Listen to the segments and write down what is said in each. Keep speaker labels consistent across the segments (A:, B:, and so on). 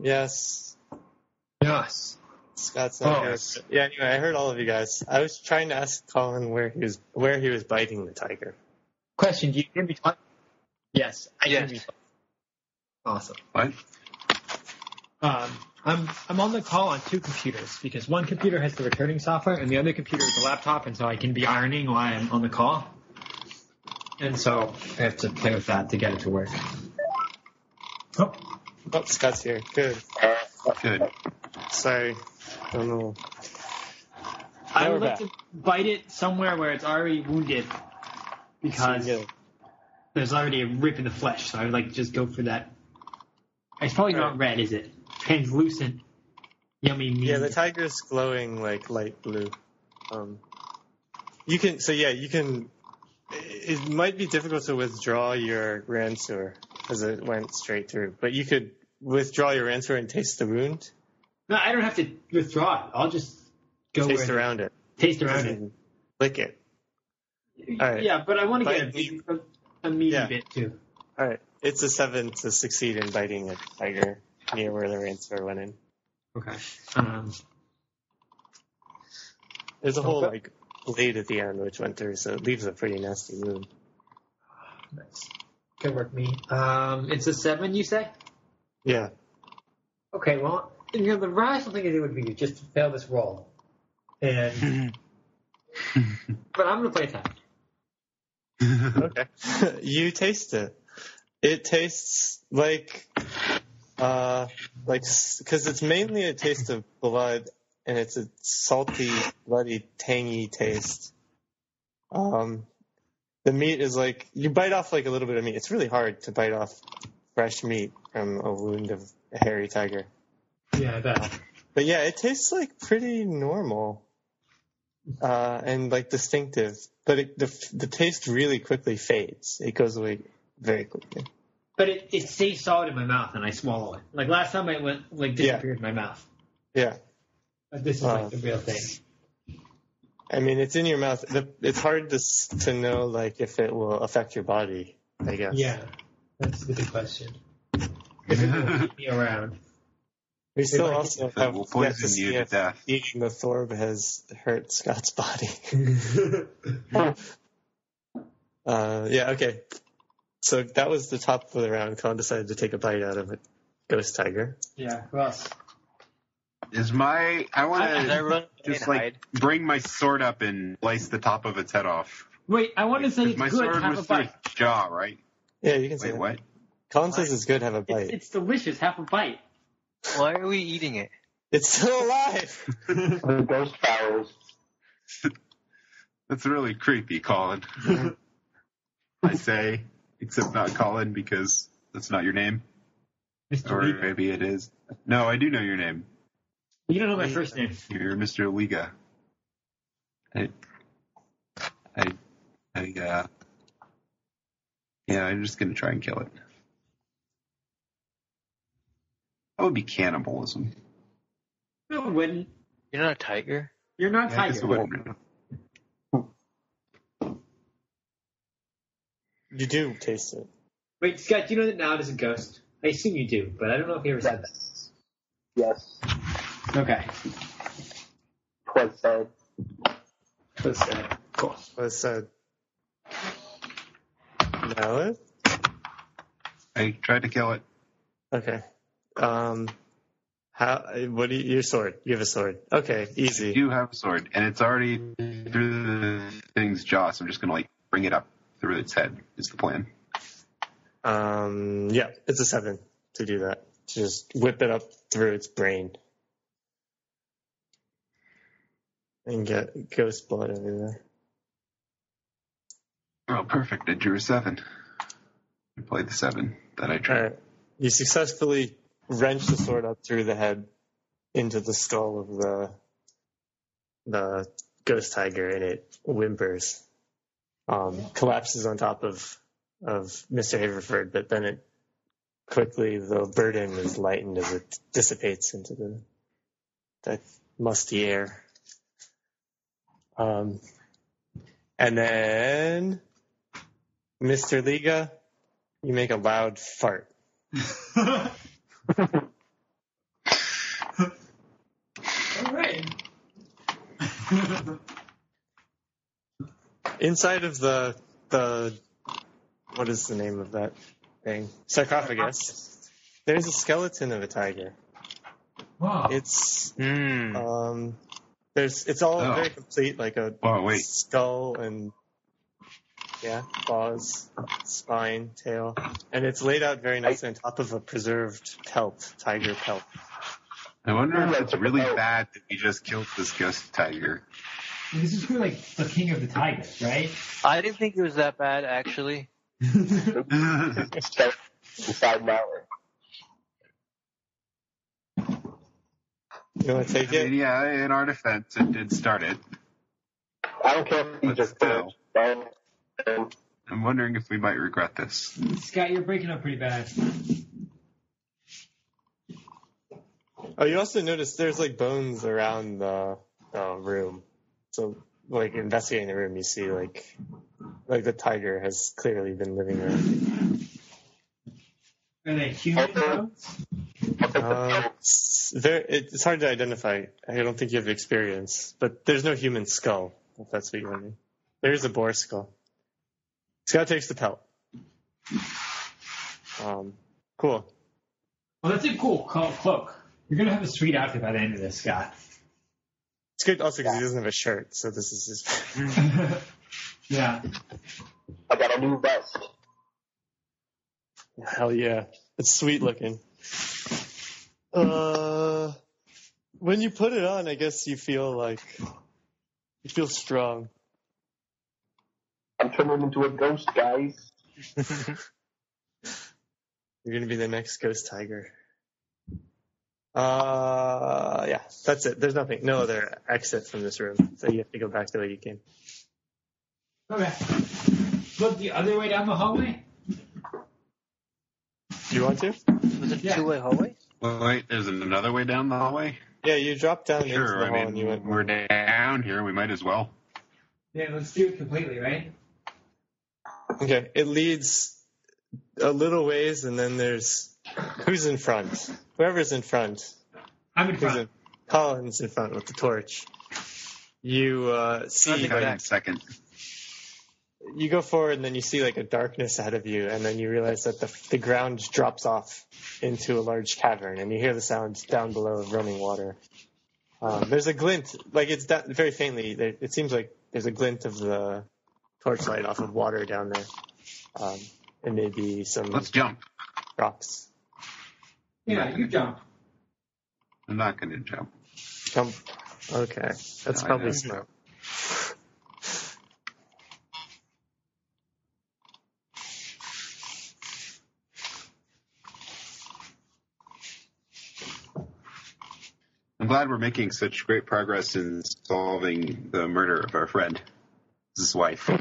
A: Yes.
B: Yes.
A: Scott's not
B: Oh.
A: here. Yeah. Anyway, I heard all of you guys. I was trying to ask Colin where he was where he was biting the tiger.
C: Question: Do you hear me talk? Yes, I
B: Yes.
C: hear you. Talk. Awesome.
B: What?
C: Um, I'm I'm on the call on two computers because one computer has the returning software and the other computer is the laptop, and so I can be ironing while I'm on the call. And so I have to play with that to get it to work. Oh,
A: Oh, Scott's here. Good.
B: Good.
A: Sorry. Don't know.
C: I
A: Now
C: would
A: we're
C: like to bite it somewhere where it's already wounded because
A: Yeah.
C: there's already a rip in the flesh. So I would like to just go for that. It's probably not red, is it? Translucent, yummy meat.
A: Yeah, the tiger's glowing like light blue. Um, you can so yeah, you can. It it might be difficult to withdraw your rancor because it went straight through, but you could withdraw your rancor and taste the wound,
C: no, I don't have to withdraw it. I'll just go where
A: taste
C: it-
A: around it,
C: taste around it.
A: lick it. All right.
C: Yeah, but I want to get a,
A: Bite
C: big, a meaty
A: Yeah.
C: bit too.
A: All right, it's a seven to succeed in biting a tiger near where the rancor went in.
C: Okay. Um,
A: There's a whole
C: Okay.
A: like blade at the end which went through, so it leaves a pretty nasty wound.
C: nice. Good work, me. Um, it's a seven, you say?
A: Yeah,
C: Okay. Well, you know, the rational thing to do would be just to fail this roll, and but I'm gonna play attack.
A: Okay. you taste it. It tastes like, uh, like because it's mainly a taste of blood, and it's a salty, bloody, tangy taste. Um, the meat is like you bite off like a little bit of meat. It's really hard to bite off fresh meat from a wound of a hairy tiger.
C: Yeah, that.
A: But yeah, it tastes like pretty normal uh, and like distinctive. But it, the the taste really quickly fades. It goes away very quickly.
C: But it, it stays solid in my mouth, and I swallow it. Like last time, it went like
A: Yeah.
C: disappeared in my mouth.
A: Yeah,
C: But Uh, this is
A: Wow.
C: like the real thing.
A: I mean it's in your mouth. The, it's hard to s- to know like if it will affect your body. I guess.
C: Yeah, that's the big question. If it will keep me around.
A: We still
C: like
A: also
B: It
A: have
B: will
D: Oh,
A: yet to
B: poison you
A: see
B: to
A: if
B: death.
A: eating the thorb has hurt Scott's body. Uh, yeah. Okay. So that was the top of the round. Colin decided to take a bite out of a ghost tiger.
C: yeah, who else?
B: Is my I
D: Did I
B: want
D: run
B: to just
D: and
B: like
D: hide?
B: bring my sword up and slice the top of its head off.
C: Wait, I want to say
B: 'Cause
C: it's
B: my
C: good.
B: sword
C: Have a
B: was through
C: bite.
B: its jaw, right?
A: Yeah, you can say
B: Wait,
A: that.
B: what?
A: Colin says it's good. Have a bite.
C: It's, it's delicious. Have a bite.
D: Why are we eating it?
A: It's still alive.
E: The ghost fowls.
B: That's really creepy, Colin. I say, except not Colin because that's not your name,
C: Mr.
B: or
C: Lee.
B: maybe it is. No, I do know your name.
C: You don't know my first name.
B: You're Mr. Liga. I, I, I, uh, yeah, I'm just gonna try and kill it. That would be cannibalism.
C: No, it wouldn't.
D: You're not a tiger.
C: You're not
B: Yeah, I guess it
C: tiger.
B: wouldn't.
A: You do taste it.
C: Wait, Scott, do you know that now it is a ghost? I assume you do, but I don't know if you ever said
E: Yes. Yes.
C: that. Okay.
E: Twas said.
C: Let's say. Cool.
A: Was uh, no?
B: I tried to kill it.
A: Okay. Um, how? What do you? Your sword. You have a sword. Okay,
B: I
A: easy.
B: do have a sword, and it's already through the thing's jaw, so I'm just gonna like bring it up through its head. Is the plan?
A: Um, yeah, it's a seven to do that. To just whip it up through its brain and get ghost blood everywhere.
B: Oh, perfect! I drew a seven. I played the seven that I
A: All
B: tried.
A: right. You successfully wrench the sword up through the head into the skull of the the ghost tiger, and it whimpers, um, collapses on top of of Mr. Haverford. But then it quickly the burden is lightened as it dissipates into the that musty air. Um, and then Mr. Liga, you make a loud fart. inside of the the what is the name of that thing sarcophagus? There's a skeleton of a tiger.
C: Wow.
A: It's
D: Mm.
A: um, there's it's all
B: Oh.
A: very complete, like a
B: Oh wait,
A: skull and yeah, claws, spine, tail, and it's laid out very nicely on top of a preserved pelt, tiger pelt.
B: I wonder if it's really bad that we just killed this ghost tiger.
C: this is really like the king of the tigers, right?
D: I didn't think it was that bad, actually.
E: Step Inside mountain.
A: You want to take
B: I mean,
A: it?
B: yeah, in our defense, it did start it.
E: I don't care if you
B: But
E: just did
B: still.
E: it. Um,
B: I'm wondering if we might regret this.
C: Scott, you're breaking up pretty bad.
A: Oh, you also notice there's like bones around the uh, room. So, like investigating the room, you see like like the tiger has clearly been living around.
C: Are they human
E: Okay.
C: bones?
A: Uh, it's, there, it- it's hard to identify. I don't think you have experience, but there's no human skull. If that's what you mean. There is a boar skull. Scott takes the pelt. Um, cool.
C: Well, that's a cool clo- cloak. You're gonna have a sweet outfit by the end of this, Scott.
A: It's good also because he doesn't have a shirt, so this is his.
C: yeah.
E: I got a new vest.
A: Hell yeah. It's sweet looking. Uh, when you put it on, I guess you feel like you feel strong.
E: I'm turning into a ghost, guys.
A: You're gonna be the next ghost tiger. Uh, yeah, that's it. There's nothing, no other exit from this room, so you have to go back the way you came.
C: Okay. Look the other way down the hallway.
A: Do you want to?
D: Was it
C: Yeah.
D: two way hallway?
B: Well, wait, there's another way down the hallway.
A: Yeah, you dropped down into
B: Sure,
A: the
B: I
A: hall
B: mean
A: and you went.
B: we're down here. We might as well.
C: Yeah, let's do it completely, right?
A: Okay, it leads a little ways, and then there's who's in front? Whoever's in front.
C: I'm in
A: Who's
C: front.
A: in, Colin's in front with the torch. You uh, see,
D: Nothing
A: like,
D: back.
B: Second,
A: you go forward, and then you see like a darkness ahead of you, and then you realize that the the ground drops off into a large cavern, and you hear the sounds down below of running water. Um, there's a glint, like it's da- very faintly. There, it seems like there's a glint of the torchlight off of water down there, um, and maybe some
B: let's jump.
A: rocks.
C: Yeah, you jump.
B: I'm not going to jump.
A: Jump. Okay, that's
B: No, I
A: probably smart.
B: know. I'm glad we're making such great progress in solving the murder of our friend, his wife.
C: okay,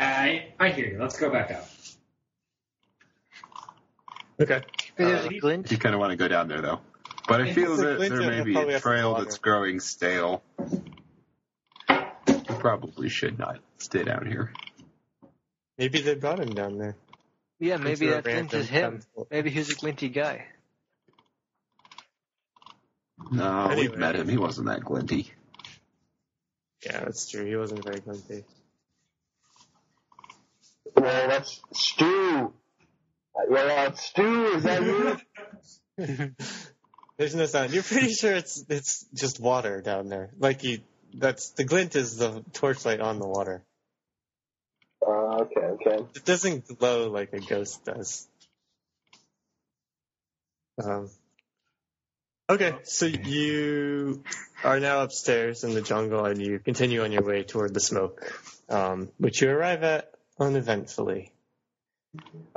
C: I, I hear you. Let's go back up.
A: Okay.
D: There's a
C: Uh,
D: glint.
B: You kind of want to go down there though. But I
C: It's
B: feel
A: like
B: that there
A: later,
B: may
A: I'll
B: be
A: probably
B: a
A: have to
B: trail
A: water.
B: that's growing stale. We probably should not stay down here.
A: Maybe they brought him down there.
D: Yeah, maybe
A: Into a
D: that glint
A: random
D: is him.
A: temple.
D: Maybe he's a glinty guy.
B: No,
A: Anyway.
B: we've met him. He wasn't that glinty.
A: Yeah, that's true. He wasn't very grumpy.
E: Well, that's Stu. Well, that's Stu. Is that you?
A: There's no sound. You're pretty sure it's it's just water down there. Like you, that's the glint is the torchlight on the water.
E: Uh, okay, okay.
A: It doesn't glow like a ghost does. Um. Okay, so you are now upstairs in the jungle, and you continue on your way toward the smoke, um, which you arrive at uneventfully.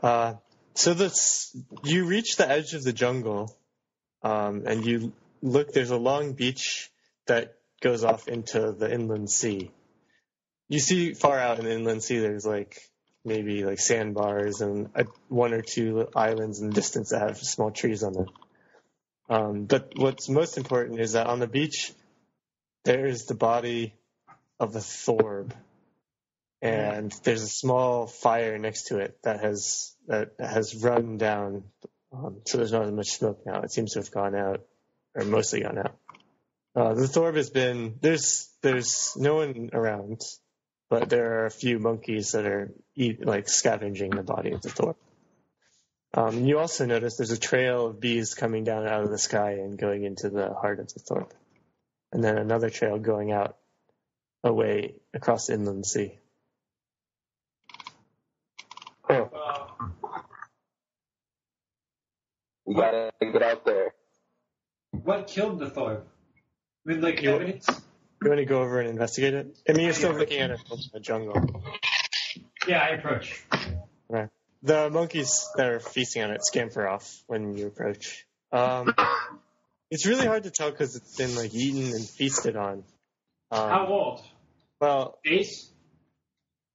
A: Uh, so this, you reach the edge of the jungle, um, and you look. There's a long beach that goes off into the inland sea. You see far out in the inland sea. There's like maybe like sandbars and uh one or two islands in the distance that have small trees on them. Um, but what's most important is that on the beach, there is the body of a thorb, and there's a small fire next to it that has that has run down. Um, so there's not as much smoke now. It seems to have gone out, or mostly gone out. Uh, the Thorb has been there's there's no one around, but there are a few monkeys that are eat, like scavenging the body of the Thorb. Um, and you also notice there's a trail of bees coming down out of the sky and going into the heart of the Thorb, and then another trail going out away across inland sea.
E: Huh. You gotta get out there.
C: What killed the Thor? With like
A: You-
C: evidence?
A: You want to go over and investigate it? I mean, you're still looking at it from the jungle.
C: Yeah, I approach.
A: The monkeys that are feasting on it scamper off when you approach. Um, it's really hard to tell because it's been like eaten and feasted on.
C: How
A: Um,
C: old?
A: well,
C: Ace?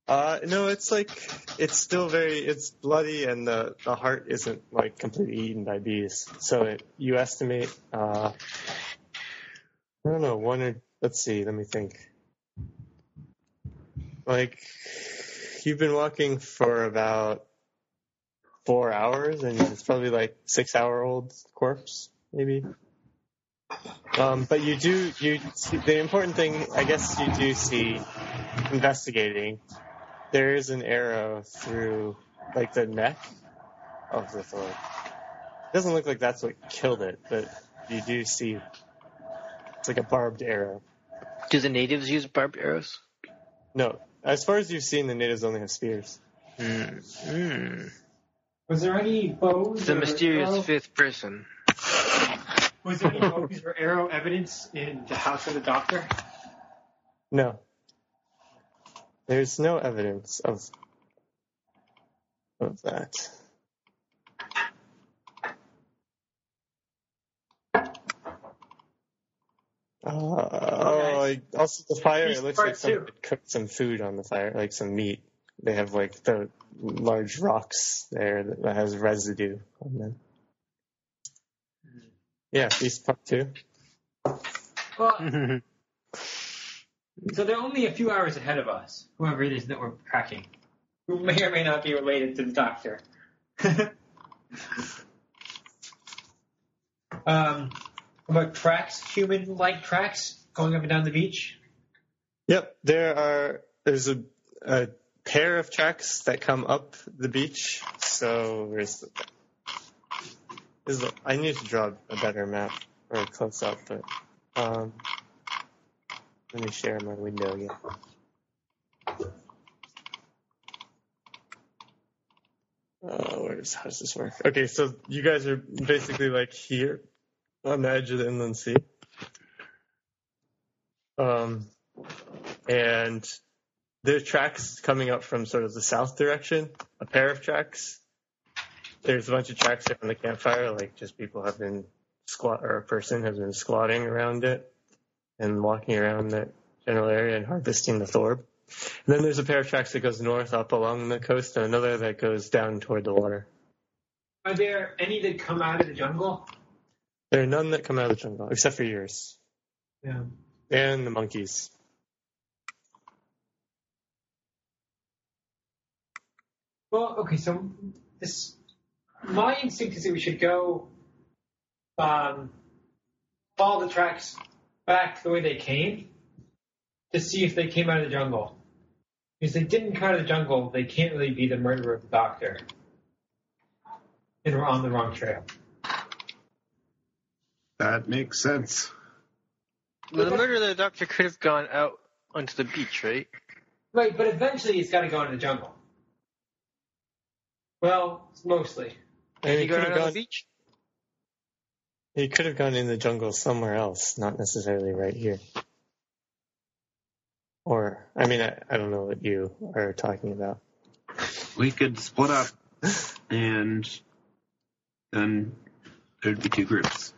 A: uh, no, it's like it's still very it's bloody and the the heart isn't like completely eaten by bees. So it, you estimate, uh, I don't know, one or let's see, let me think. Like you've been walking for about four hours, and it's probably like six hour old corpse, maybe. Um, but you do you see, the important thing, I guess, you do see investigating. There is an arrow through like the neck of the thorn. It doesn't look like that's what killed it, but you do see it's like a barbed arrow.
D: Do the natives use barbed arrows?
A: No, as far as you've seen, the natives only have spears.
D: Hmm. Hmm.
C: Was there any bows?
D: The
C: or
D: mysterious
C: arrow-
D: fifth person.
C: Was there any bows or arrow evidence in the house of the doctor?
A: No. There's no evidence of of that. Uh, Oh, like, also the fire.
C: Piece
A: It looks
C: part
A: like someone
C: two.
A: had cooked some food on the fire, like some meat. They have like the large rocks there that has residue on them. Yeah, feast part two.
C: Well,
A: Hmm.
C: so they're only a few hours ahead of us, whoever it is that we're tracking, who may or may not be related to the doctor. um, about tracks, human-like tracks going up and down the beach.
A: Yep, there are. There's a, a pair of tracks that come up the beach. So there's. there's a, I need to draw a better map or a close up, but um, let me share my window again. Uh, where's how does this work? Okay, so you guys are basically like here on the edge of the inland sea. Um, and there are tracks coming up from sort of the south direction, a pair of tracks. There's a bunch of tracks around the campfire, like just people have been squat or a person has been squatting around it and walking around that general area and harvesting the thorb. And then there's a pair of tracks that goes north up along the coast and another that goes down toward the water.
C: Are there any that come out of the jungle?
A: There are none that come out of the jungle, except for yours.
C: Yeah.
A: And the monkeys.
C: Well, okay, so this my instinct is that we should go um, follow the tracks back the way they came to see if they came out of the jungle. Because they didn't come out of the jungle, they can't really be the murderer of the doctor. And we're on the wrong trail.
B: That makes sense.
D: Well, the murderer of the doctor could have gone out onto the beach, right?
C: Right, but eventually it's got to go into the jungle. Well, mostly.
D: Did
A: And
D: he
A: you
D: go
A: could
D: out
A: have
D: on the
A: gone,
D: beach?
A: you could have gone in the jungle somewhere else, not necessarily right here. Or, I mean, I, I don't know what you are talking about.
B: We could split up, and then there'd be two groups.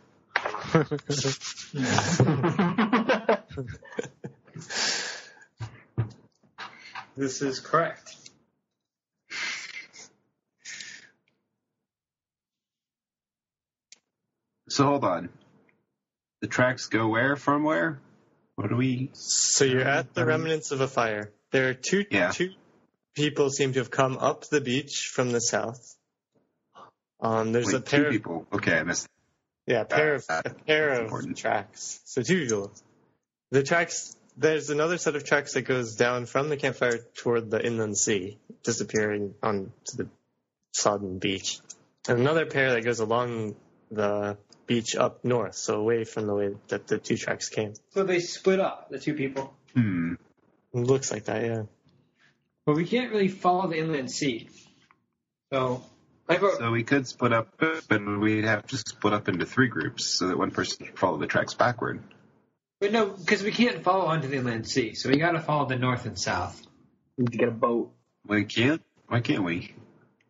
C: This is correct.
B: So hold on. The tracks go where from where? What do we?
A: So you're at the remnants of a fire. There are two
B: Yeah.
A: two people seem to have come up the beach from the south. Um, there's
B: Wait,
A: a pair
B: two
A: of
B: people. Okay, I missed.
A: Yeah, a pair of
B: Uh,
A: a pair
B: that's
A: of
B: important.
A: tracks. So two vehicles. The tracks. There's another set of tracks that goes down from the campfire toward the inland sea, disappearing onto the sodden beach, and another pair that goes along the beach up north, so away from the way that the two tracks came.
C: So they split up the two people,
B: Hmm.
A: looks like that, yeah.
C: but we can't really follow the inland sea. So I vote.
B: So we could split up, but we'd have to split up into three groups so that one person can follow the tracks backward.
C: but no, because we can't follow onto the inland sea, so we got to follow the north and south.
F: We need to get a boat.
B: We can't. Why can't we?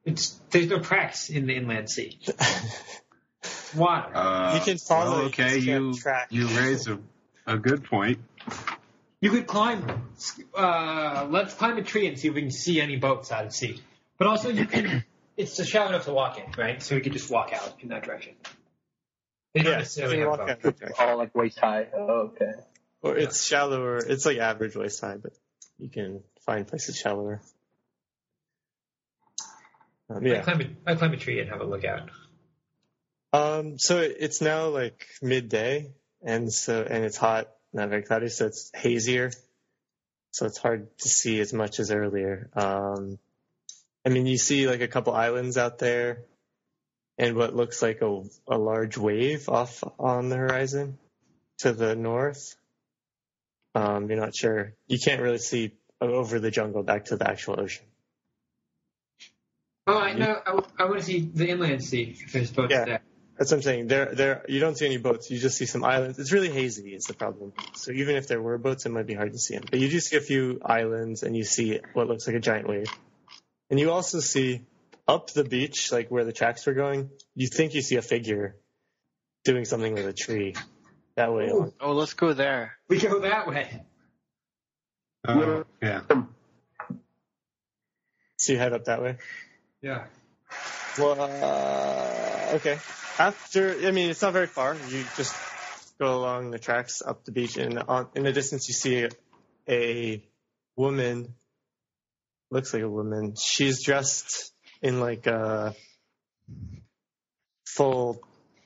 C: It's there's no tracks in the inland sea. It's water.
B: Uh,
A: You can follow,
B: well,
A: you
B: okay,
A: just
B: you
A: can't track.
B: you raise a, a good point.
C: You could climb. Uh, let's climb a tree and see if we can see any boats out at sea. But also, you can. It's a shallow enough to walk in, right? So we could just walk out in that direction. They don't
A: Yeah, so
C: necessarily
A: you
C: have a
A: walk
C: boat.
A: out that direction.
F: All like waist high. Oh, okay.
A: Or it's shallower. It's like average waist high, but you can find places shallower. Um,
C: I
A: yeah.
C: climb a, I climb a tree and have a look out.
A: Um, so it- it's now like midday, and so and it's hot, not very cloudy, so it's hazier. So it's hard to see as much as earlier. Um, I mean, you see like a couple islands out there, and what looks like a a large wave off on the horizon to the north. Um, you're not sure. You can't really see over the jungle back to the actual ocean.
C: Oh, I know. I, want to see the inland sea if there's boats
A: Yeah.
C: there.
A: That's what I'm saying. There, there. You don't see any boats. You just see some islands. It's really hazy is the problem. So even if there were boats, it might be hard to see them. But you do see a few islands, and you see what looks like a giant wave. And you also see up the beach, like where the tracks were going. You think you see a figure doing something with a tree. That way, along.
D: Oh, let's go there.
C: We go that way.
B: Uh, yeah.
A: so you head up that way.
C: Yeah.
A: Well, uh, okay. After, I mean, it's not very far. You just go along the tracks up the beach, and on, in the distance, you see a, a woman. Looks like a woman. She's dressed in like a full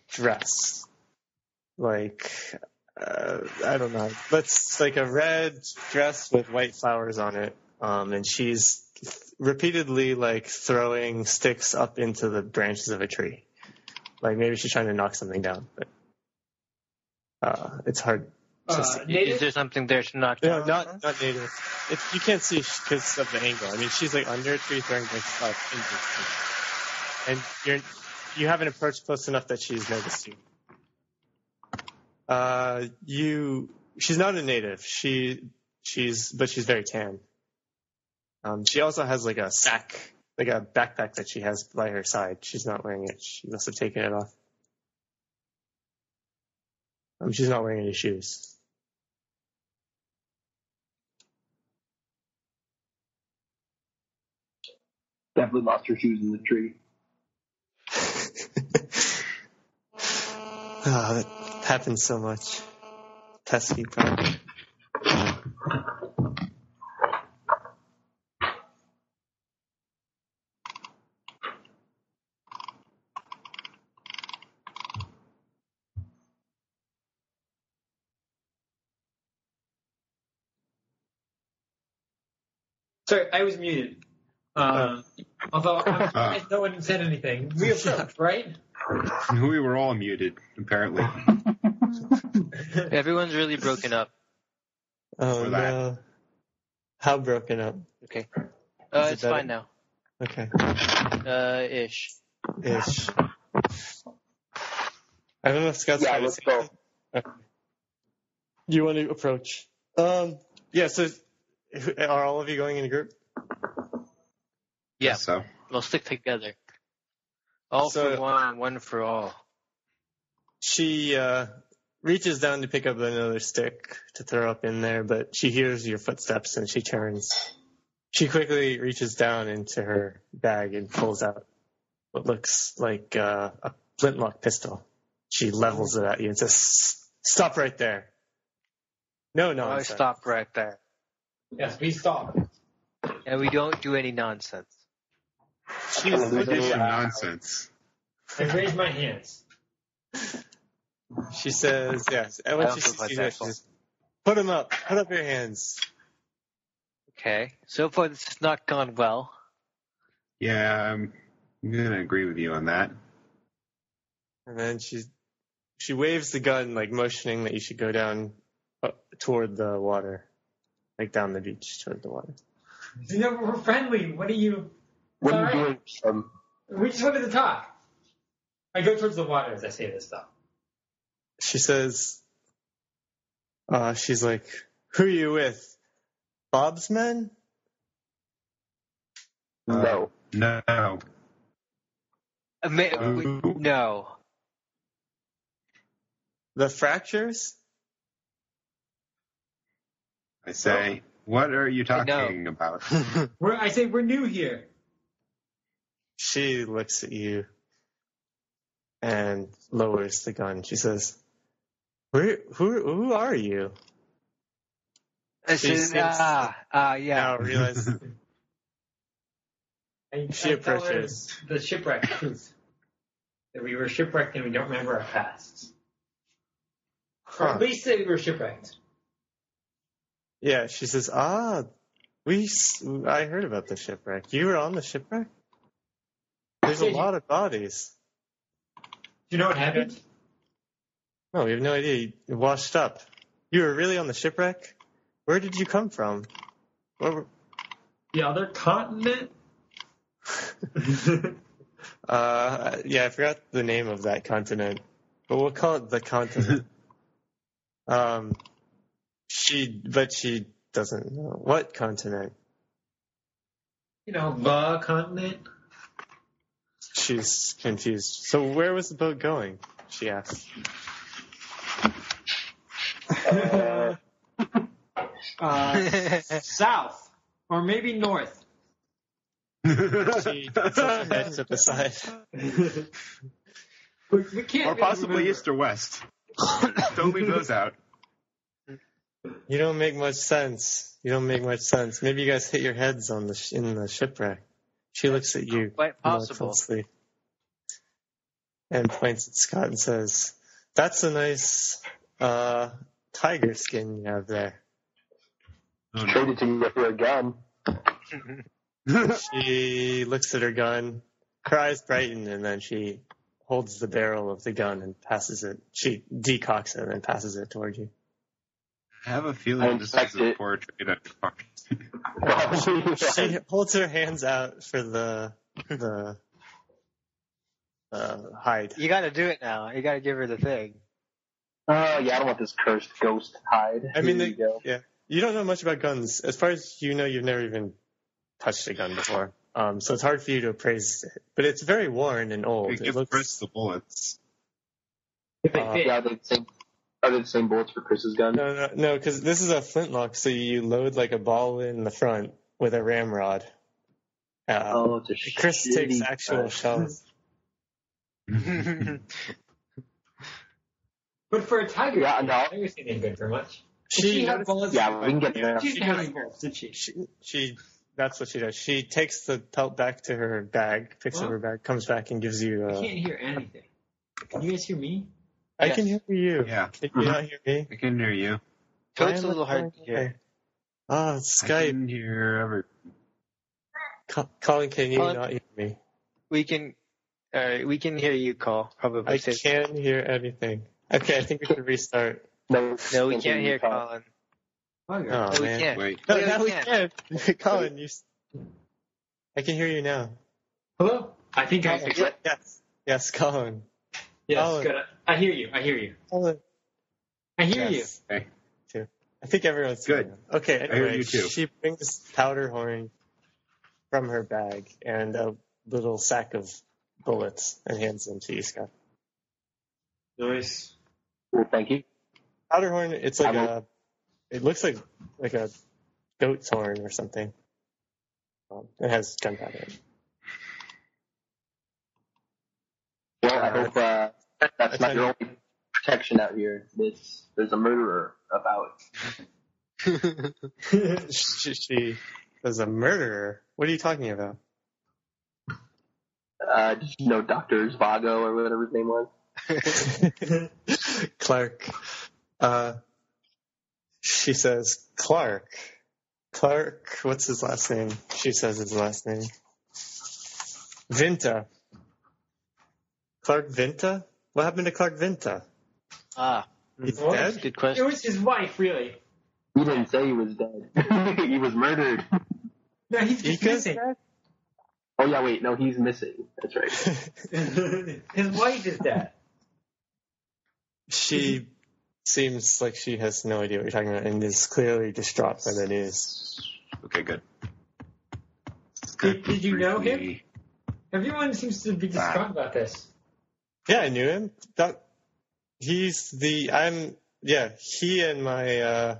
A: dress, like uh, I don't know. Let's like a red dress with white flowers on it, um, and she's repeatedly like throwing sticks up into the branches of a tree. Like maybe she's trying to knock something down, but uh, it's hard.
C: Uh,
A: Just-
D: Is there
C: native,
D: something there to knock
A: No,
D: down?
A: not not native. It's, you can't see because of the angle. I mean, she's like under a tree throwing branches up into the tree, and you're you haven't approached close enough that she's noticed you. Uh, you she's not a native. She she's but she's very tan. Um, she also has like a sack, like a backpack that she has by her side. She's not wearing it. She must have taken it off. Um, she's not wearing any shoes.
F: Definitely lost her shoes in the tree.
A: oh, that happens so much. Pesky problem.
C: sorry, I was muted. Um,
A: Uh,
C: although I'm surprised no one said anything. We approached, right?
B: We were all muted, apparently.
D: Everyone's really broken up.
A: Oh
B: Or that.
A: no. How broken up?
D: Okay. Uh,
A: Is it
D: it's
A: better?
D: fine now.
A: Okay.
D: Uh, ish.
A: Ish. I don't know if Scott's
E: Yeah,
A: trying to
E: let's
A: say
E: go.
A: You want to approach? Um. Yeah. So, are all of you going in a group?
D: Yeah.
B: So
D: We'll stick together. All
A: So-
D: for one, one for all.
A: She uh, reaches down to pick up another stick to throw up in there, but she hears your footsteps and she turns. She quickly reaches down into her bag and pulls out what looks like uh, a flintlock pistol. She levels it at you and says, "S- "Stop right there!" No, no,
D: I
A: I'm sorry.
D: stop right there.
C: Yes, we stopped.
D: And we don't do any nonsense.
A: She was
B: this
A: looking
B: is
A: at
B: nonsense.
C: I raised my hands.
A: She says, yes. And when
D: I
A: she
D: also
A: sees
D: like
A: you,
D: that
A: she
D: song.
A: says, put them up. Put up your hands.
D: Okay. So far, this has not gone well.
B: Yeah, I'm, I'm gonna agree with you on that.
A: And then she she waves the gun, like motioning that you should go down uh, toward the water, like down the beach toward the water.
C: You know, we're friendly. What are you?
E: What
C: All
E: are you
C: right.
E: doing? Um,
C: We just wanted to talk. I go towards the water as I say this stuff.
A: She says, uh, she's like, who are you with? Bob's men?
B: Uh,
E: no.
B: No.
D: Uh, may-
B: Who?
D: we- no.
A: The fractures?
B: I say, what are you
D: I know.
B: talking about?
C: We're, I say we're new here.
A: She looks at you and lowers the gun. She says, who, who, who are you?
D: This
A: She
D: is,
A: seems-
D: ah, ah, yeah.
A: Now realize
C: I,
A: She
C: I tell her
A: approaches.
C: the shipwreck truth that we were shipwrecked and we don't remember our pasts. Or
A: Huh.
C: at least that we were shipwrecked.
A: Yeah, she says, "Ah, we. s- I heard about the shipwreck. You were on the shipwreck. There's a
C: Yeah, you-
A: lot of bodies.
C: Do you know what happened?
A: No, we have no idea. You washed up. You were really on the shipwreck. Where did you come from? Where were,
C: The other continent?
A: uh, yeah, I forgot the name of that continent, but we'll call it the continent. um, she, but she doesn't know what continent.
C: You know, the continent?
A: She's confused. So where was the boat going? She asks.
E: Uh,
C: Uh, south. Or maybe north.
A: she puts her head to the side.
C: We, we can't
B: or
C: really
B: possibly
C: remember.
B: east or west. Don't leave those out.
A: You don't make much sense. You don't make much sense. Maybe you guys hit your heads on the sh- in the shipwreck. She looks at you
D: Quite
A: more
D: possible.
A: closely and points at Scott and says, "That's a nice uh, tiger skin you have there." um,
B: Oh,
E: trade it to me for a gun.
B: no.
A: She looks at her gun, her eyes brighten, and then she holds the barrel of the gun and passes it. She decocks it and then passes it toward you.
B: I have a
E: I
B: feeling this is
E: expect
B: a
E: it.
B: poor trade on your part.
A: she holds her hands out for the the uh, hide.
D: You gotta do it now. You gotta give her the thing.
E: Oh, yeah, I don't want this cursed ghost hide.
A: I mean,
E: Here
A: they,
E: you go.
A: yeah, you don't know much about guns. As far as you know, you've never even touched a gun before, um, so it's hard for you to appraise it. But it's very worn and old.
B: It
A: It
B: gives Chris
A: looks
B: the bullets.
C: If they
A: Uh,
C: fit.
E: Yeah, are they the same, are they the same bullets for Chris's gun?
A: no, no, no, because this is a flintlock, so you load like a ball in the front with a ramrod. Uh,
E: Oh, it's a sh-
A: Chris takes
E: shitty
A: actual
E: gun.
A: shells.
C: But for a tiger,
E: Yeah, no.
C: I never seen anything good for much. Did she, have bullets?
E: Yeah, we can get there.
C: She didn't have any bullets, did she?
A: she she that's what she does. She takes the pelt back to her bag, picks up her bag, comes back and gives you.
C: I
A: Uh,
C: can't hear anything. Can you guys hear me?
A: I can hear you.
B: Yeah,
A: Can you not hear me?
B: I can hear you.
A: Why
D: Toad's
A: am
D: a
A: I
D: little hard
A: going
D: to hear.
A: away? Ah, it's
B: I
A: Skype.
B: can hear every.
A: Co- Colin, can you
D: Colin?
A: not hear me?
D: We can, uh, we can hear you call, probably.
A: I
D: says-
A: can hear anything. Okay, I think we should restart.
E: No,
D: No, we can't hear
E: Colin.
D: Colin.
C: Bugger.
A: Oh,
D: No, we
A: man.
D: can't.
B: Wait,
A: No,
D: Yeah, we
A: now we
D: can.
A: can. Colin, you. s- I can hear you now.
C: Hello? I think I.
D: Yeah.
A: Yes. Yes, Colin.
C: Yes,
B: Oh.
A: Colin.
C: good. I hear you. I hear you.
A: Colin.
C: I hear
A: yes.
B: you. Okay.
A: Too. I think everyone's
B: Good.
A: hearing now. Okay,
B: hear
A: anyway,
B: you too.
A: she brings powder horn from her bag and a little sack of bullets and hands them to you, Scott.
C: you. Nice.
E: Well, thank you.
A: Powder horn, it's like
E: I will-
A: a, it looks like like a goat's horn or something. Um, it has gunpowder. in it.
E: Well, I
A: Uh,
E: hope uh, that's
A: I
E: not your only protection out here. This, there's a murderer about.
A: She, she is a murderer. What are you talking about?
E: Uh, did you know Doctor Zvago or whatever his name was?
A: Clark. Uh, she says, Clark. Clark, what's his last name? She says his last name. Vinta. Clark Vinta? What happened to Clark Vinta?
D: Ah,
A: He's
C: What?
A: dead?
D: good
C: It
D: question.
C: was his wife, really.
F: He didn't say he was dead. he was murdered.
C: No, he's just
A: Ika's
C: missing.
F: Oh yeah, wait, no, he's missing. That's right.
C: his wife is dead.
A: She seems like she has no idea what you're talking about and is clearly distraught by the news.
B: Okay, good.
C: Did- did you know him?
B: Briefly.
C: Everyone seems to
F: Ah.
C: be distraught about this.
A: Yeah, I knew him. Doc, he's the I'm yeah, he and my uh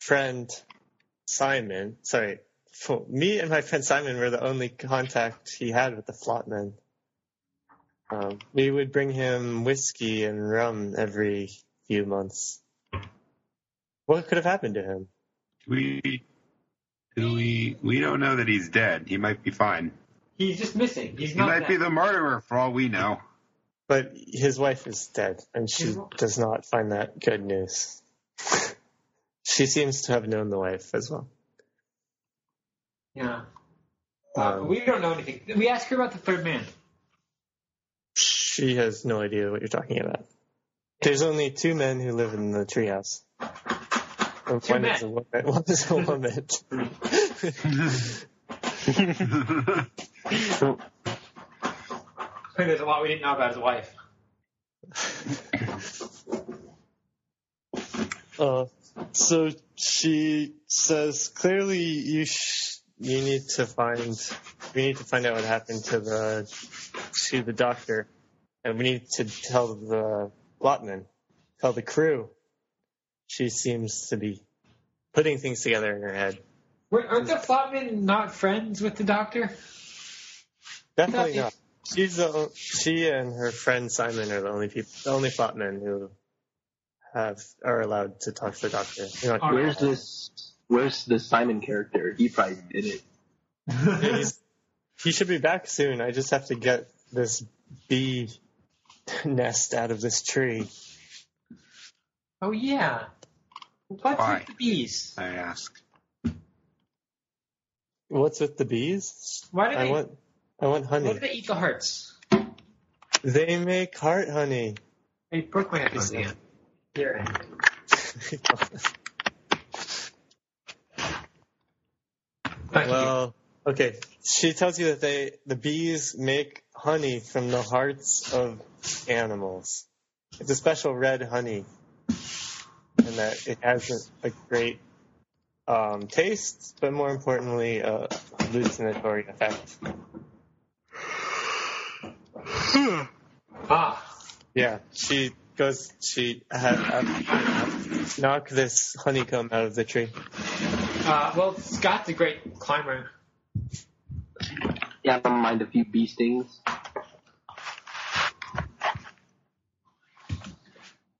A: friend Simon, sorry, fo- me and my friend Simon were the only contact he had with the Flotman. Um, we would bring him whiskey and rum every few months. What could have happened to him?
B: We do we we don't know that he's dead. He might be fine.
C: He's just missing. He's
B: He
C: not
B: might
C: dead.
B: be the murderer for all we know.
A: But his wife is dead, and she
C: His wi-
A: does not find that good news. she seems to have known the wife as well.
C: Yeah.
A: Um,
C: we don't know anything. We asked her about the third man.
A: She has no idea what you're talking about. There's only two men who live in the treehouse. And
C: Two
A: one
C: men.
A: is a woman. One is a woman.
C: There's a lot we didn't know about his wife.
A: uh, so she says, clearly you sh- you need to find we need to find out what happened to the to the doctor, and we need to tell the Blotman, tell the crew. She seems to be putting things together in her head.
C: Wait, aren't the Flotmen not friends with the doctor? Oh,
A: Definitely
C: Nothing.
A: not. She's the o- she and her friend Simon are the only people, the only flat men who have are allowed to talk to the doctor. You're not-
C: All right.
F: Where's this? Where's the Simon character? He probably did it.
A: he's- he should be back soon. I just have to get this bee nest out of this tree.
C: Oh, yeah. What's
B: Why?
C: with the bees?
B: I ask.
A: What's with the bees?
C: Why do
A: I
C: they,
A: want I want
C: why do
A: honey.
C: they eat the hearts?
A: They make heart honey.
C: Hey, Brooke might have this again. Here. Back to you.
A: Well, okay. She tells you that they the bees make honey from the hearts of animals. It's a special red honey, and that it has a, a great um, taste, but more importantly, a hallucinatory effect.
C: Hmm. Ah.
A: Yeah, she goes. She had uh, knock this honeycomb out of the tree.
C: Uh, well, Scott's a great climber.
F: Yeah, I don't mind a few bee stings.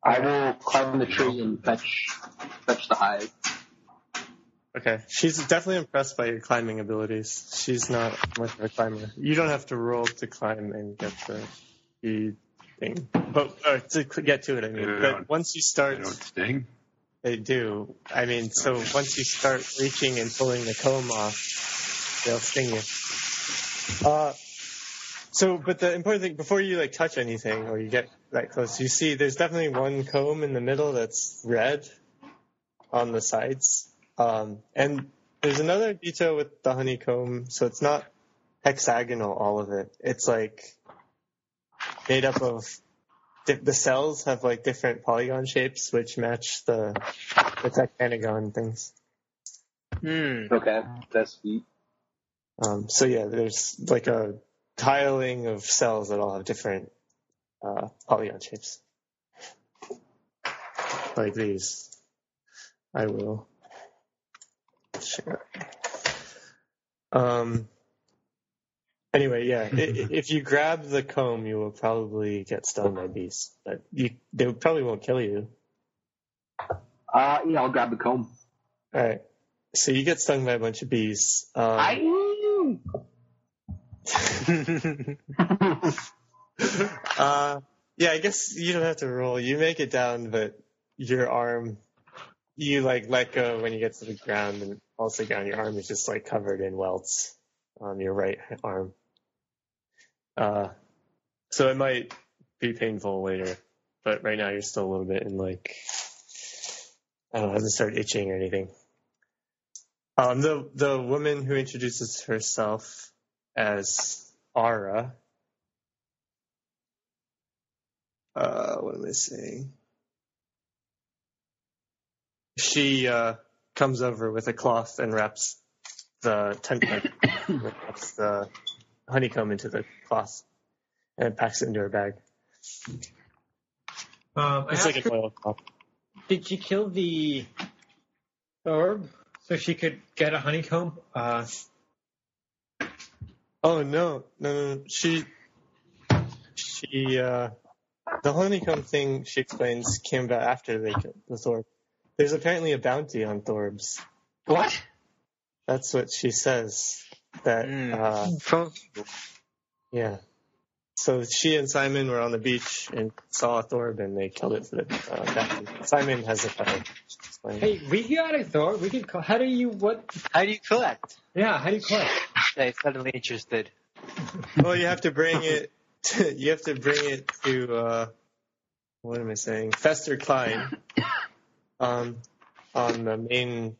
F: I will climb the tree and fetch fetch the hive.
A: Okay. She's definitely impressed by your climbing abilities. She's not much of a climber. You don't have to roll to climb and get the key thing, but or to c- get to it. I mean, but
B: They don't-
A: once you
B: I
A: start,
B: don't sting.
A: they do. I mean, so once you start reaching and pulling the comb off, they'll sting you. Uh, so, but the important thing before you like touch anything or you get that close, you see there's definitely one comb in the middle that's red on the sides, um, and there's another detail with the honeycomb. So it's not hexagonal, all of it. It's like made up of di- the cells have like different polygon shapes which match the the tetrahedron things.
D: Hmm.
F: Okay, that's sweet.
A: Um, so yeah, there's like a tiling of cells that all have different uh, polygon shapes, like these. I will share. Um. Anyway, yeah, i- i- if you grab the comb, you will probably get stung by bees, but you they probably won't kill you.
F: Uh, yeah, I'll grab the comb.
A: All right. So you get stung by a bunch of bees. Um,
F: I
A: uh, Yeah, I guess you don't have to roll. You make it down, but your arm, you like let go when you get to the ground, and also down your arm is just like covered in welts on your right arm. Uh, so it might be painful later, but right now you're still a little bit in like I don't know, hasn't started itching or anything. Um, the the woman who introduces herself as Ara. Uh, what am I saying? She uh, comes over with a cloth and wraps the tent, wraps the honeycomb into the cloth, and packs it into her bag.
C: Um, I
A: It's like
C: asked
A: an
C: her,
A: oil cloth.
C: did she kill the orb so she could get a honeycomb? Uh,
A: Oh no, no, no, no. She, she, uh, the honeycomb thing she explains came about after they killed the Thorb. There's apparently a bounty on Thorbs.
D: What?
A: That's what she says. That,
D: Mm.
A: uh,
D: From
A: yeah. So she and Simon were on the beach and saw a Thorb and they killed it for the uh, bounty. Simon has a fire. she explained.
C: hey, we got it, Thor. We can. Call, how do you? What?
D: how do you collect?
C: Yeah, how do you collect?
D: I suddenly interested.
A: Well, you have to bring it. To, you have to bring it to. Uh, what am I saying? Fester Klein. Um, on the main,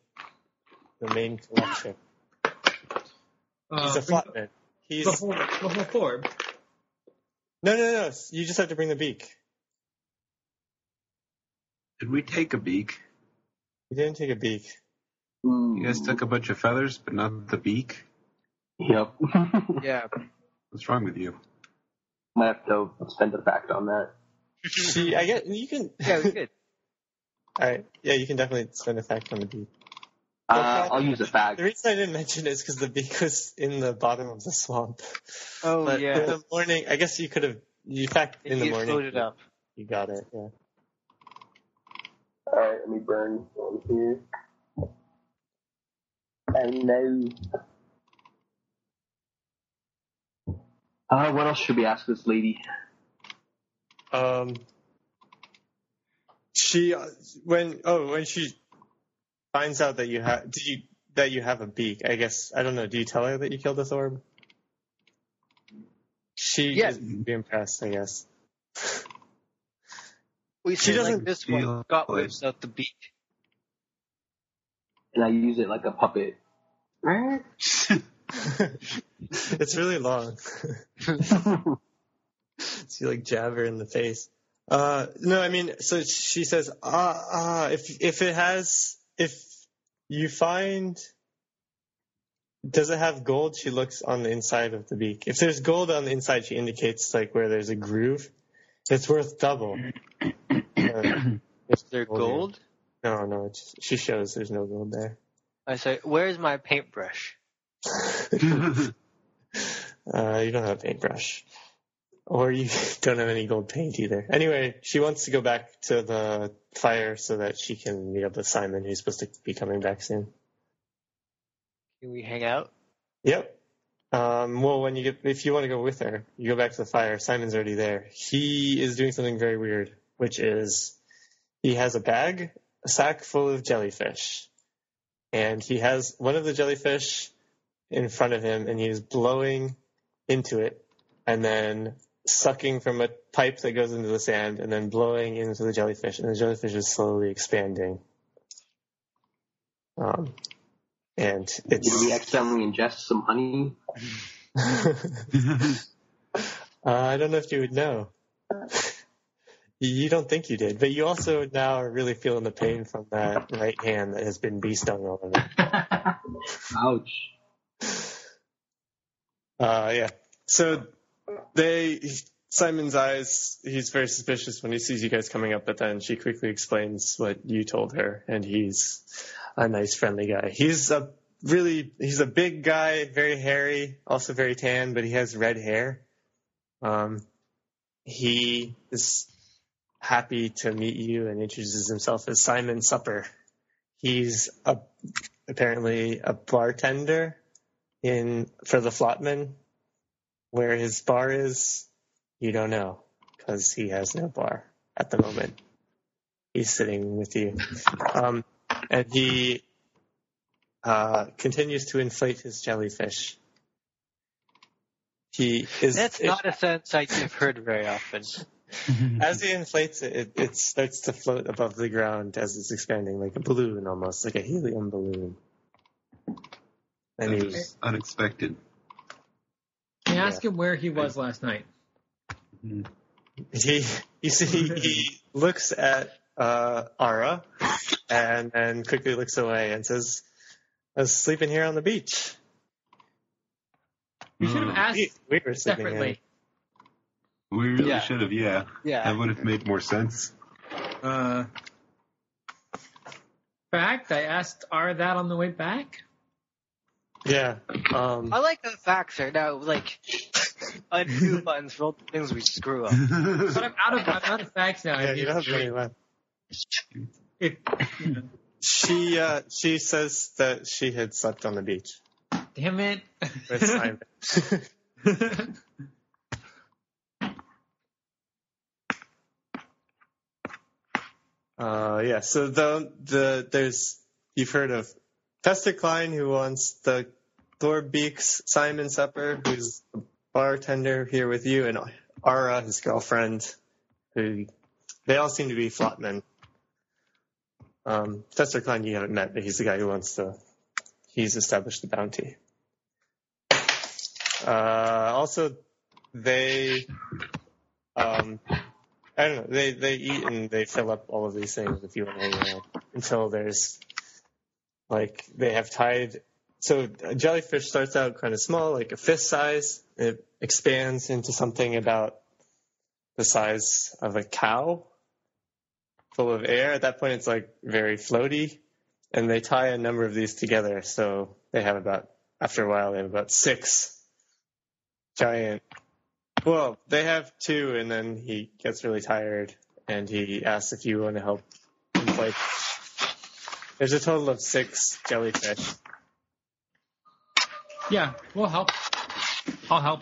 A: the main collection. He's a
C: bring
D: Uh,
A: flatman.
C: Uh, the,
A: He's
C: the whole, the whole orb.
A: no, no, no. You just have to bring the beak.
B: Did we take a beak?
A: You didn't take a beak.
B: You guys took a bunch of feathers, but not the beak.
F: Yep.
D: Yeah.
B: What's wrong with you?
F: Might have to spend a fact on that.
A: She, I guess you can.
D: Yeah, we did.
A: All right. Yeah, you can definitely spend a fact on the beak.
F: Uh, I'll use a fact.
A: The reason I didn't mention it is because the beak was in the bottom of the swamp.
D: Oh,
A: but
D: yeah.
A: In the morning, I guess you could have. You fact in
D: If
A: the
D: you
A: morning.
D: floated up.
A: You got it. Yeah.
F: Alright, let me burn one here. Oh no. Uh, what else should we ask this lady?
A: Um, she uh, when oh when she finds out that you have do you that you have a beak. I guess I don't know. Do you tell her that you killed the Thorb? She
D: Yeah.
A: is be impressed. I guess.
D: We
A: She
D: see like
A: doesn't
D: this one.
B: feel
D: Scott
B: like-
D: whips out the beak.
F: And I use it like a puppet.
A: it's really long. so you like jab her in the face. Uh, no, I mean, so she says, ah, ah, if, if it has, if you find, does it have gold? She looks on the inside of the beak. If there's gold on the inside, she indicates like where there's a groove. It's worth double. Uh,
D: Is there
A: Gold, yeah.
D: gold?
A: no, no, it's, she shows there's no gold there.
D: I say, where's my paintbrush?
A: Uh, you don't have a paintbrush. Or you don't have any gold paint either. Anyway, she wants to go back to the fire so that she can meet up with Simon, who's supposed to be coming back soon.
D: Can we hang out?
A: Yep. Um, well, when you get, if you want to go with her, you go back to the fire. Simon's already there. He is doing something very weird, which is he has a bag, a sack full of jellyfish, and he has one of the jellyfish in front of him, and he is blowing into it, and then sucking from a pipe that goes into the sand, and then blowing into the jellyfish, and the jellyfish is slowly expanding. Um, and
F: Did
A: it's
F: we accidentally ingest some honey?
A: uh, I don't know if you would know. You don't think you did, but you also now are really feeling the pain from that right hand that has been bee stung all over.
F: Ouch.
A: Uh, yeah. So they Simon's eyes. He's very suspicious when he sees you guys coming up, but then she quickly explains what you told her, and he's a nice, friendly guy. He's a really he's a big guy, very hairy, also very tan, but he has red hair. Um, he is happy to meet you and introduces himself as Simon Supper. He's a, apparently a bartender in for the Flotman, where his bar is, you don't know because he has no bar at the moment. He's sitting with you. Um, and he uh, continues to inflate his jellyfish. He is
D: That's not a sense I've heard very often.
A: as he inflates it, it, it starts to float above the ground as it's expanding, like a balloon almost, like a helium balloon. And
B: That
A: he
B: was unexpected.
C: Can I ask him where he was last night?
A: he you see he looks at uh, Ara and then quickly looks away and says, "I was sleeping here on the beach."
C: You
B: Hmm.
C: should have asked
A: We, we were sleeping here.
C: separately.
B: We really
D: Yeah.
B: should have, yeah. That
D: Yeah.
B: would have made more sense.
C: Uh, fact, I asked R that on the way back.
A: Yeah. Um,
D: I like the facts are now like undo buttons for all the things we screw up.
C: But I'm out of I'm out of facts now.
A: yeah, you don't have many left.
C: If-
A: She uh, she says that she had slept on the beach
C: damn it.
A: with Simon. Uh, yeah. So the the there's you've heard of Fester Klein who wants the Thorbeek's Simon Supper, who's the bartender here with you, and Ara, his girlfriend, who they all seem to be flatmen. Um, Fester Klein you haven't met, but he's the guy who wants the he's established the bounty. Uh, also, they um, I don't know. They they eat and they fill up all of these things if you want to hang around until there's like they have tied. So a jellyfish starts out kind of small, like a fist size. and It expands into something about the size of a cow, full of air. At that point, it's like very floaty, and they tie a number of these together. So they have about after a while they have about six giant well, they have two, and then he gets really tired, and he asks if you want to help him play. There's a total of six jellyfish.
C: yeah, we'll help. I'll help.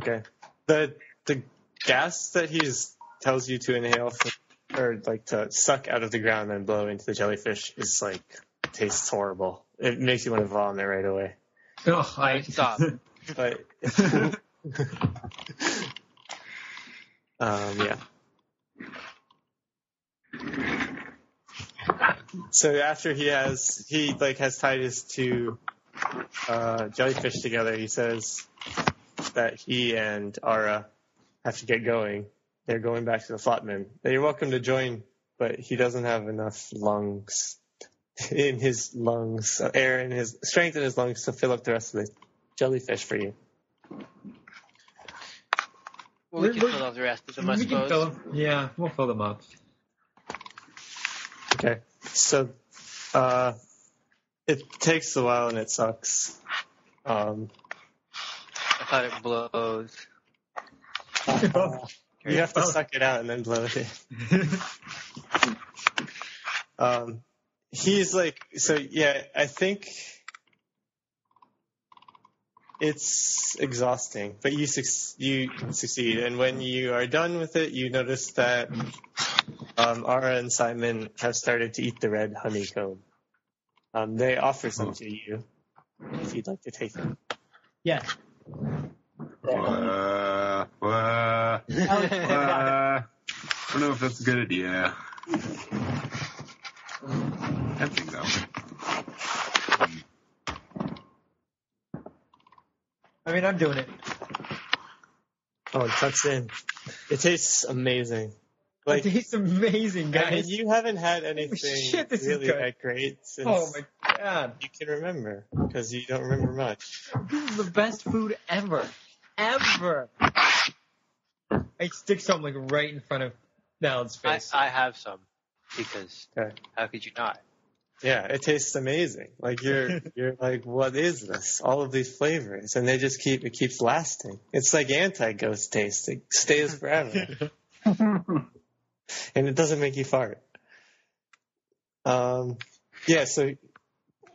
A: Okay. The the gas that he tells you to inhale, from, or like to suck out of the ground and blow into the jellyfish, is like tastes horrible. It makes you want to vomit right away.
C: Oh, I
D: Stop.
A: But Um, yeah. So after he has he like has tied his two uh, jellyfish together, he says that he and Ara have to get going. They're going back to the Flotman. You're welcome to join, but he doesn't have enough lungs in his lungs, uh, air in his strength in his lungs to fill up the rest of the jellyfish for you.
D: Well, we
C: We're-
D: can
C: we're-
D: fill out the rest of them, I
C: We can fill
D: suppose.
C: them- Yeah, we'll fill them up.
A: Okay. So uh, it takes a while and it sucks. Um,
D: I thought it blows.
A: you have to suck it out and then blow it in. Um, he's like, so yeah, I think it's exhausting, but you suc- you succeed. And when you are done with it, you notice that um, Ara and Simon have started to eat the red honeycomb. Um, they offer some to you if you'd like to take it.
C: yeah.
B: Uh, uh, Uh, I don't know if that's a good idea. Tempting though.
C: I mean, I'm doing it.
A: Oh, it cuts in. It tastes amazing. Like,
C: He's amazing,
A: I mean,
C: guys.
A: you haven't had anything
C: Shit, this is
A: really
C: good.
A: that great since
C: Oh my god.
A: you can remember because you don't remember much.
C: This is the best food ever. Ever. I stick some like right in front of Alan's
D: I,
C: face.
D: I have some because
A: Okay.
D: how could you not?
A: Yeah, it tastes amazing. Like you're you're like, what is this? All of these flavors, and they just keep it keeps lasting. It's like anti ghost taste. It stays forever, and it doesn't make you fart. Um, yeah. So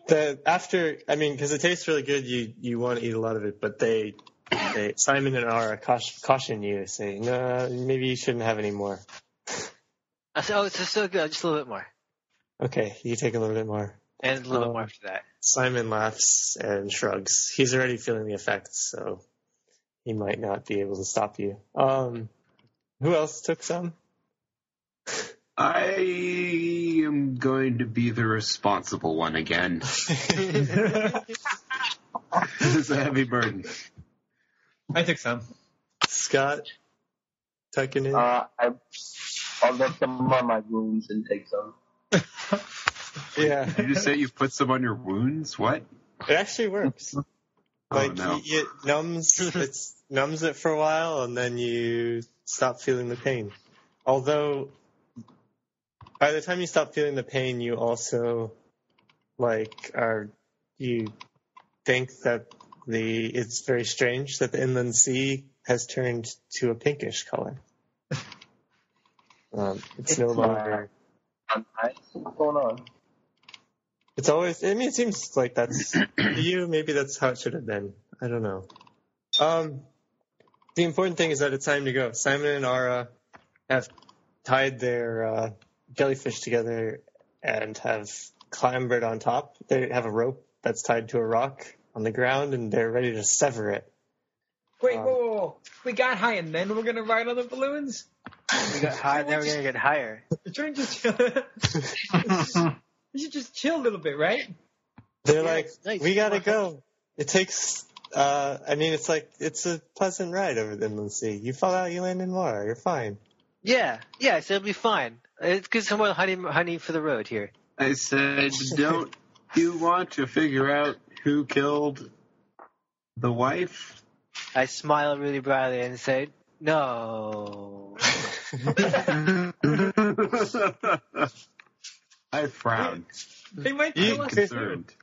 A: the after, I mean, because it tastes really good, you you want to eat a lot of it, but they They, Simon and Ara caution, caution you, saying, no, maybe you shouldn't have any more.
D: I said, oh, it's just so good. Just a little bit more.
A: Okay, you take a little bit more.
D: And a little
A: Um,
D: bit more after that.
A: Simon laughs and shrugs. He's already feeling the effects, so he might not be able to stop you. Um, who else took some?
B: I am going to be the responsible one again. this is a heavy burden.
C: I took some.
A: Scott tucking in.
F: Uh, I, I'll let them on my wounds and take some.
A: yeah,
B: You just say you put some on your wounds? What?
A: it actually works.
B: Oh,
A: Like
B: no.
A: y- it numbs, it's numbs it for a while, and then you stop feeling the pain. Although, by the time you stop feeling the pain, you also like are you think that the it's very strange that the inland sea has turned to a pinkish color. Um, it's no longer.
F: I'm nice. What's going on?
A: It's always. I mean, it seems like that's to you. Maybe that's how it should have been. I don't know. Um, the important thing is that it's time to go. Simon and Ara have tied their uh, jellyfish together and have clambered on top. They have a rope that's tied to a rock on the ground, and they're ready to sever it.
C: Wait,
A: Um,
C: whoa, whoa, whoa. We got high and then we're gonna ride on the balloons?
D: We got high, now we're going to get higher.
C: We shouldn't just we should just chill a little bit, right?
A: They're
D: Yeah,
A: like,
D: it's nice.
A: we gotta go. It takes. Uh, I mean, it's like it's a pleasant ride over the inland sea. You fall out, you land in water. You're fine.
D: Yeah, yeah, so it'll be fine. It's good some more honey, honey for the road here.
B: I said, don't you want to figure out who killed the wife?
D: I smile really brightly and say, no.
B: I frown,
C: They might
A: You
C: kill us soon.
B: concerned.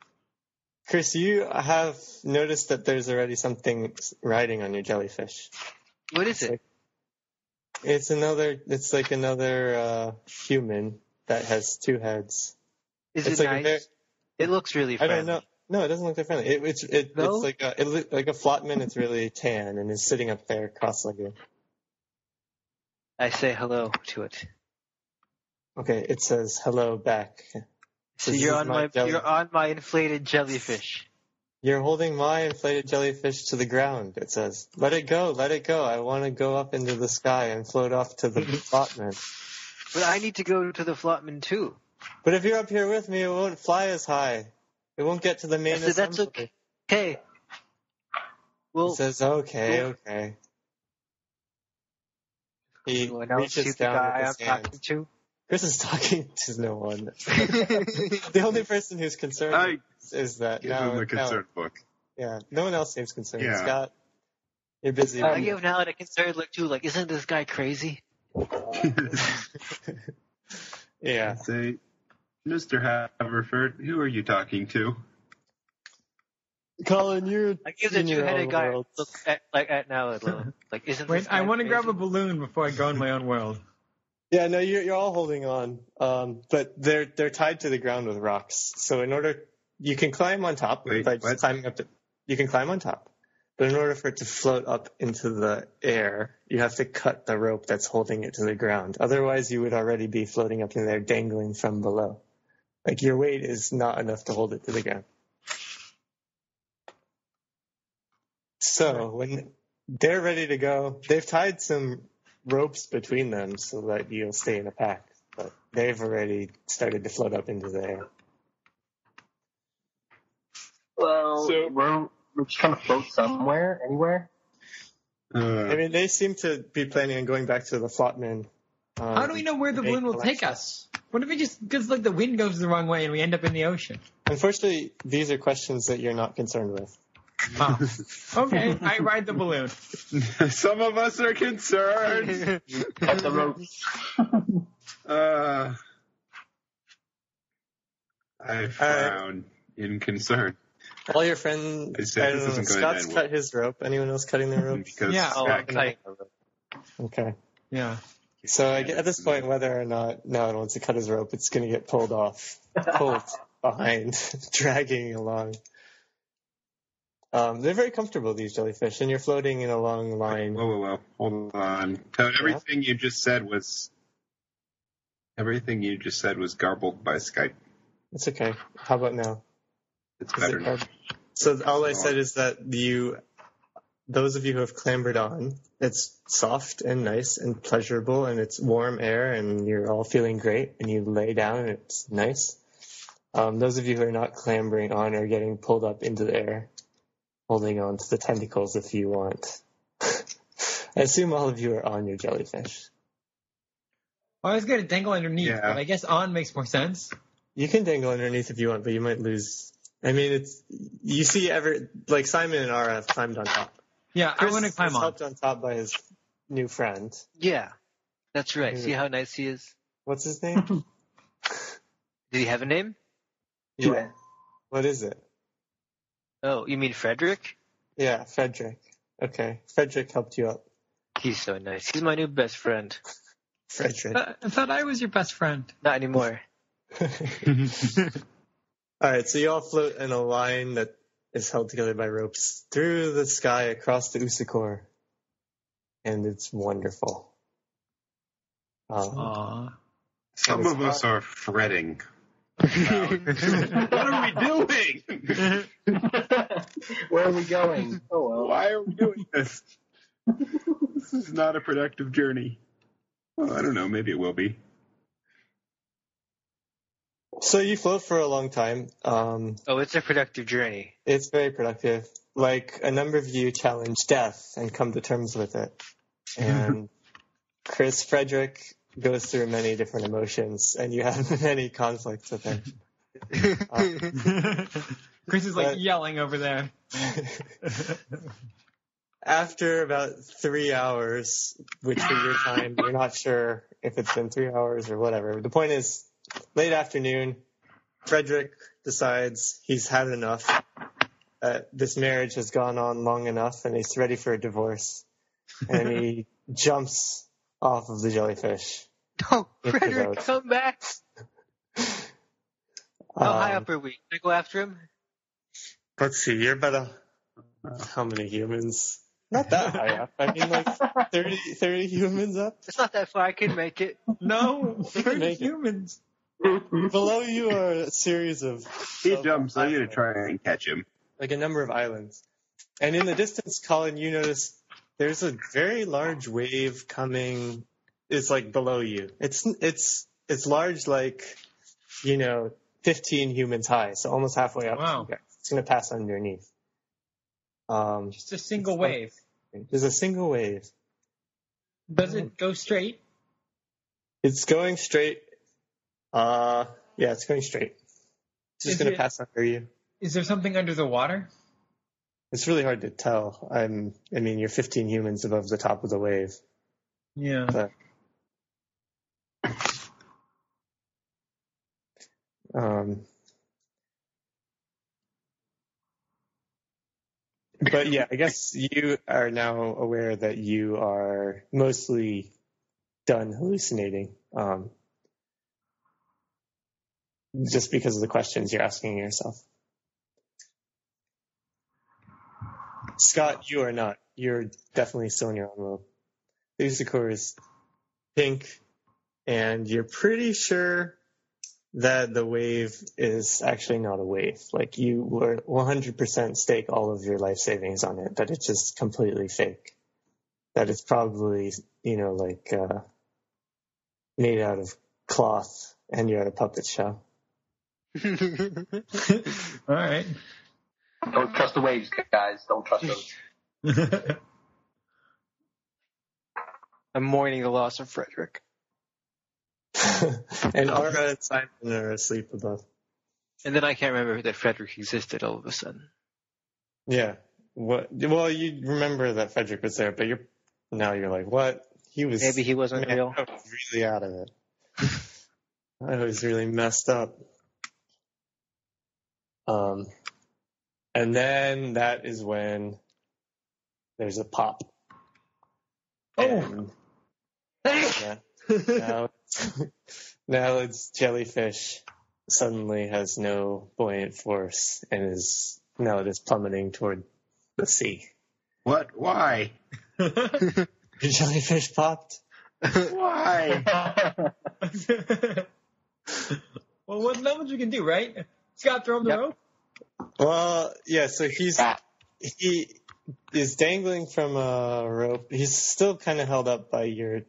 A: Chris, you have noticed that there's already something riding on your jellyfish.
D: What is it?
A: It's another. It's like another uh, human that has two heads.
D: Is
A: it's
D: it
A: like a
D: nice?
A: very-
D: it looks really
A: I
D: friendly.
A: don't know. No, it doesn't look that friendly. It, it's it,
D: No?
A: it's like a it, loo- like a flotman. It's really tan and is sitting up there cross-legged.
D: I say hello to it.
A: Okay, it says hello back.
D: So
A: This
D: you're
A: is
D: on
A: my
D: my,
A: jelly-
D: you're on my inflated jellyfish.
A: You're holding my inflated jellyfish to the ground. It says, "Let it go, let it go. I want to go up into the sky and float off to the flotman."
D: But I need to go to the Flotman too.
A: But if you're up here with me, it won't fly as high. It won't get to the main.
D: I said, that's
A: assembly."
D: okay. Hey.
A: He
D: Well,
A: says, "Okay,
D: Well-
A: okay." He
D: you want to
A: reaches
D: shoot the
A: down
D: guy
A: with
D: I'm
A: his hand.
D: talking to?
A: Chris is talking to no one. the only person who's concerned
B: I
A: is that
B: give
A: no,
B: him
A: no,
B: the concern book.
A: yeah, no one else seems concerned.
B: Yeah.
A: Scott, you're busy.
D: I give Nalad a concerned look too, like, isn't this guy crazy?
A: yeah,
B: Say, Mr. Haverford, who are you talking to?
A: Colin, you're
D: I give the
A: In your own
D: two-headed guy a
A: world.
D: look at, like, at Nalad, like, like, isn't this
C: Wait, I
D: guy
C: want to grab a
D: crazy?
C: balloon before I go in my own world.
A: yeah, no, you're you're all holding on, um, but they're they're tied to the ground with rocks. So in order, you can climb on top
B: Wait,
A: by just
B: what?
A: climbing up. The, you can climb on top, but in order for it to float up into the air, you have to cut the rope that's holding it to the ground. Otherwise, you would already be floating up in there, dangling from below. Like your weight is not enough to hold it to the ground. So when they're ready to go, they've tied some ropes between them so that you'll stay in a pack. But they've already started to float up into the air.
F: Well,
A: So-
F: we're, we're just trying to float somewhere, anywhere.
A: I
B: Uh,
A: mean, they seem to be planning on going back to the Flotman. Um,
C: How do we know where the
A: Hey,
C: balloon will take
A: Alexa.
C: us? What if we just because like the wind goes the wrong way and we end up in the ocean?
A: Unfortunately, these are questions that you're not concerned with.
C: Oh. okay, I ride the balloon.
B: some of us are concerned.
F: Cut the rope.
B: Uh,
A: Uh,
B: I frown in concern
A: All your friends.
B: I said
A: I don't
B: this
A: know,
B: isn't going to
A: Scott's
B: end
A: cut
B: well.
A: his rope. Anyone else cutting their rope?
B: because
C: Yeah.
D: Oh, I'm cutting the rope.
A: Okay.
C: Yeah.
A: So I gu- at this point, whether or not Nolan wants to cut his rope, it's going to get pulled off, pulled behind, dragging along. Um, they're very comfortable, these jellyfish, and you're floating in a long line.
B: Whoa, whoa, whoa. Hold on. Toad, everything you just said was. Everything you just said was garbled by Skype.
A: It's okay. How about now?
B: It's
A: Is it
B: better now.
A: hard? So all I said is that you, those of you who have clambered on, it's soft and nice and pleasurable, and it's warm air, and you're all feeling great, and you lay down, and it's nice. Um, those of you who are not clambering on are getting pulled up into the air, holding on to the tentacles if you want. I assume all of you are on your jellyfish.
C: I was going to dangle underneath,
B: Yeah.
C: but I guess on makes more sense.
A: You can dangle underneath if you want, but you might lose. I mean, it's you see ever like Simon and Ara have climbed on top.
C: Yeah,
A: Chris
C: I want to climb
A: was
C: on.
A: helped on top by his new friend.
D: Yeah, that's right.
A: Is
D: See
A: it-
D: how nice he is.
A: What's his name?
D: Did he have a name?
A: yeah. What is it?
D: Oh, you mean Frederick?
A: Yeah, Frederick. Okay, Frederick helped you up.
D: He's so nice. He's my new best friend.
A: Frederick.
C: Uh, I I thought I was your best friend.
D: Not anymore.
A: all right, so you all float in a line that is held together by ropes through the sky across the Usakor, and it's wonderful. Um,
C: Aw.
B: Some of us are fretting. what are we doing?
F: Where are we going? Oh well.
B: Why are we doing this? this is not a productive journey. Well, I don't know. Maybe it will be.
A: So you float for a long time. Um,
D: Oh, it's a productive journey.
A: it's very productive. Like a number of you challenge death and come to terms with it. And Chris Frederick goes through many different emotions, and you have many conflicts with him. Um,
C: Chris is like
A: But-
C: yelling over there.
A: after about three hours, which for your time, you're not sure if it's been three hours or whatever. The point is, late afternoon, Frederick decides he's had enough. Uh, this marriage has gone on long enough, and he's ready for a divorce. And he jumps off of the jellyfish.
D: Oh,
A: It's
D: Frederick,
A: about-
D: come back! How high
A: Um,
D: up are we? Can I go after him?
A: Let's see, you're about a, how many humans? Not that high up. I mean, like 30, 30 humans up.
D: It's not that far. I can make it.
C: No, we're
A: make it.
C: humans.
A: Below you are a series of
B: He jumps. I'm gonna try and catch him.
A: like a number of islands. And in the distance, Colin, you notice there's a very large wave coming. It's like below you. It's it's it's large, like you know, 15 humans high, so almost halfway up.
C: Wow.
A: Okay. It's gonna pass underneath. Um,
C: Just a single
A: It's like-
C: wave.
A: there's a single wave.
C: Does it go straight?
A: It's going straight. Uh, yeah, it's going straight. It's just
C: Is
A: gonna
C: it-
A: pass under you.
C: Is there something under the water?
A: It's really hard to tell. I'm. I mean, you're 15 humans above the top of the wave.
C: Yeah.
A: Um, but yeah, I guess you are now aware that you are mostly done hallucinating. Um, just because of the questions you're asking yourself. Scott, you are not. You're definitely still in your own world. The Usakura is pink, and you're pretty sure that the wave is actually not a wave. Like you were 100% stake all of your life savings on it, that it's just completely fake. That it's probably, you know, like uh, made out of cloth and you're at a puppet show.
C: All right.
F: Don't trust the waves, guys. Don't trust them.
D: I'm mourning the loss of Frederick.
A: and Aura and Simon are asleep above.
D: And then I can't remember that Frederick existed all of a sudden.
A: Yeah. What? Well, you remember that Frederick was there, but you're now you're like, what? He was
D: Maybe he wasn't
A: Man,
D: real.
A: I was really out of it. I was really messed up. Um, and then that is when there's a pop.
C: Oh.
A: And, yeah, now, now it's jellyfish suddenly has no buoyant force and is now it is plummeting toward pussy.
B: What? Why?
A: Your jellyfish popped.
B: Why?
G: well, what levels you can do, right? Scott, throw him the
F: Yep.
G: rope.
A: Well, yeah. So he's
F: Ah.
A: he is dangling from a rope. He's still kind of held up by your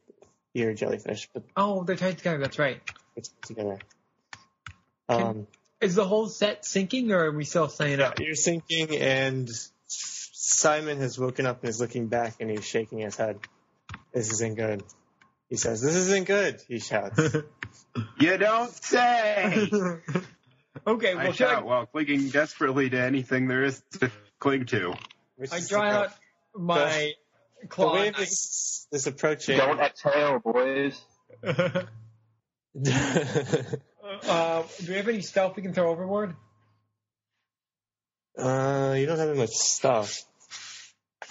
A: your jellyfish, but
G: Oh, they're tied together. That's right.
A: it's together. Um,
G: Is the whole set sinking, or are we still staying up?
A: you're sinking, and Simon has woken up and is looking back, and he's shaking his head. This isn't good. He says, "This isn't good." He shouts.
B: You don't say.
G: okay,
B: I
G: well, should
B: shout
G: I,
B: while clinging desperately to anything there is to cling to.
A: Which
G: I
A: is
G: draw
A: about-
G: out my
A: The
G: claw.
A: wave
G: and
A: is, is approaching.
F: Don't exhale, boys.
G: I- uh, do we have any stuff we can throw overboard?
A: uh, you don't have that much stuff.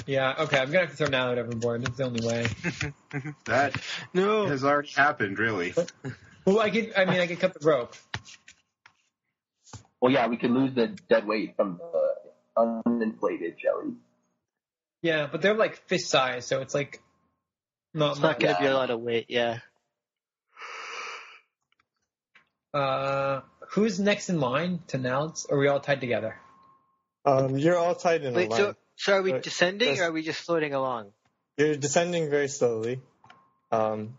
G: Yeah, okay, I'm gonna have to throw now out overboard. That's the only way.
B: That
D: No.
B: has already happened, really.
G: Well, I could, I mean, I could cut the rope.
F: Well, yeah, we could lose the dead weight from the uninflated jelly.
G: Yeah, but they're like fish size, so it's like not
D: It's not
G: much.
D: going to be a lot of weight, yeah.
G: Uh, who's next in line to Nalds? Are we all tied together?
A: Um, you're all tied in a
D: Wait,
A: line.
D: so, so are we
A: But
D: descending or
A: that's-
D: are we just floating along?
A: You're descending very slowly. Um,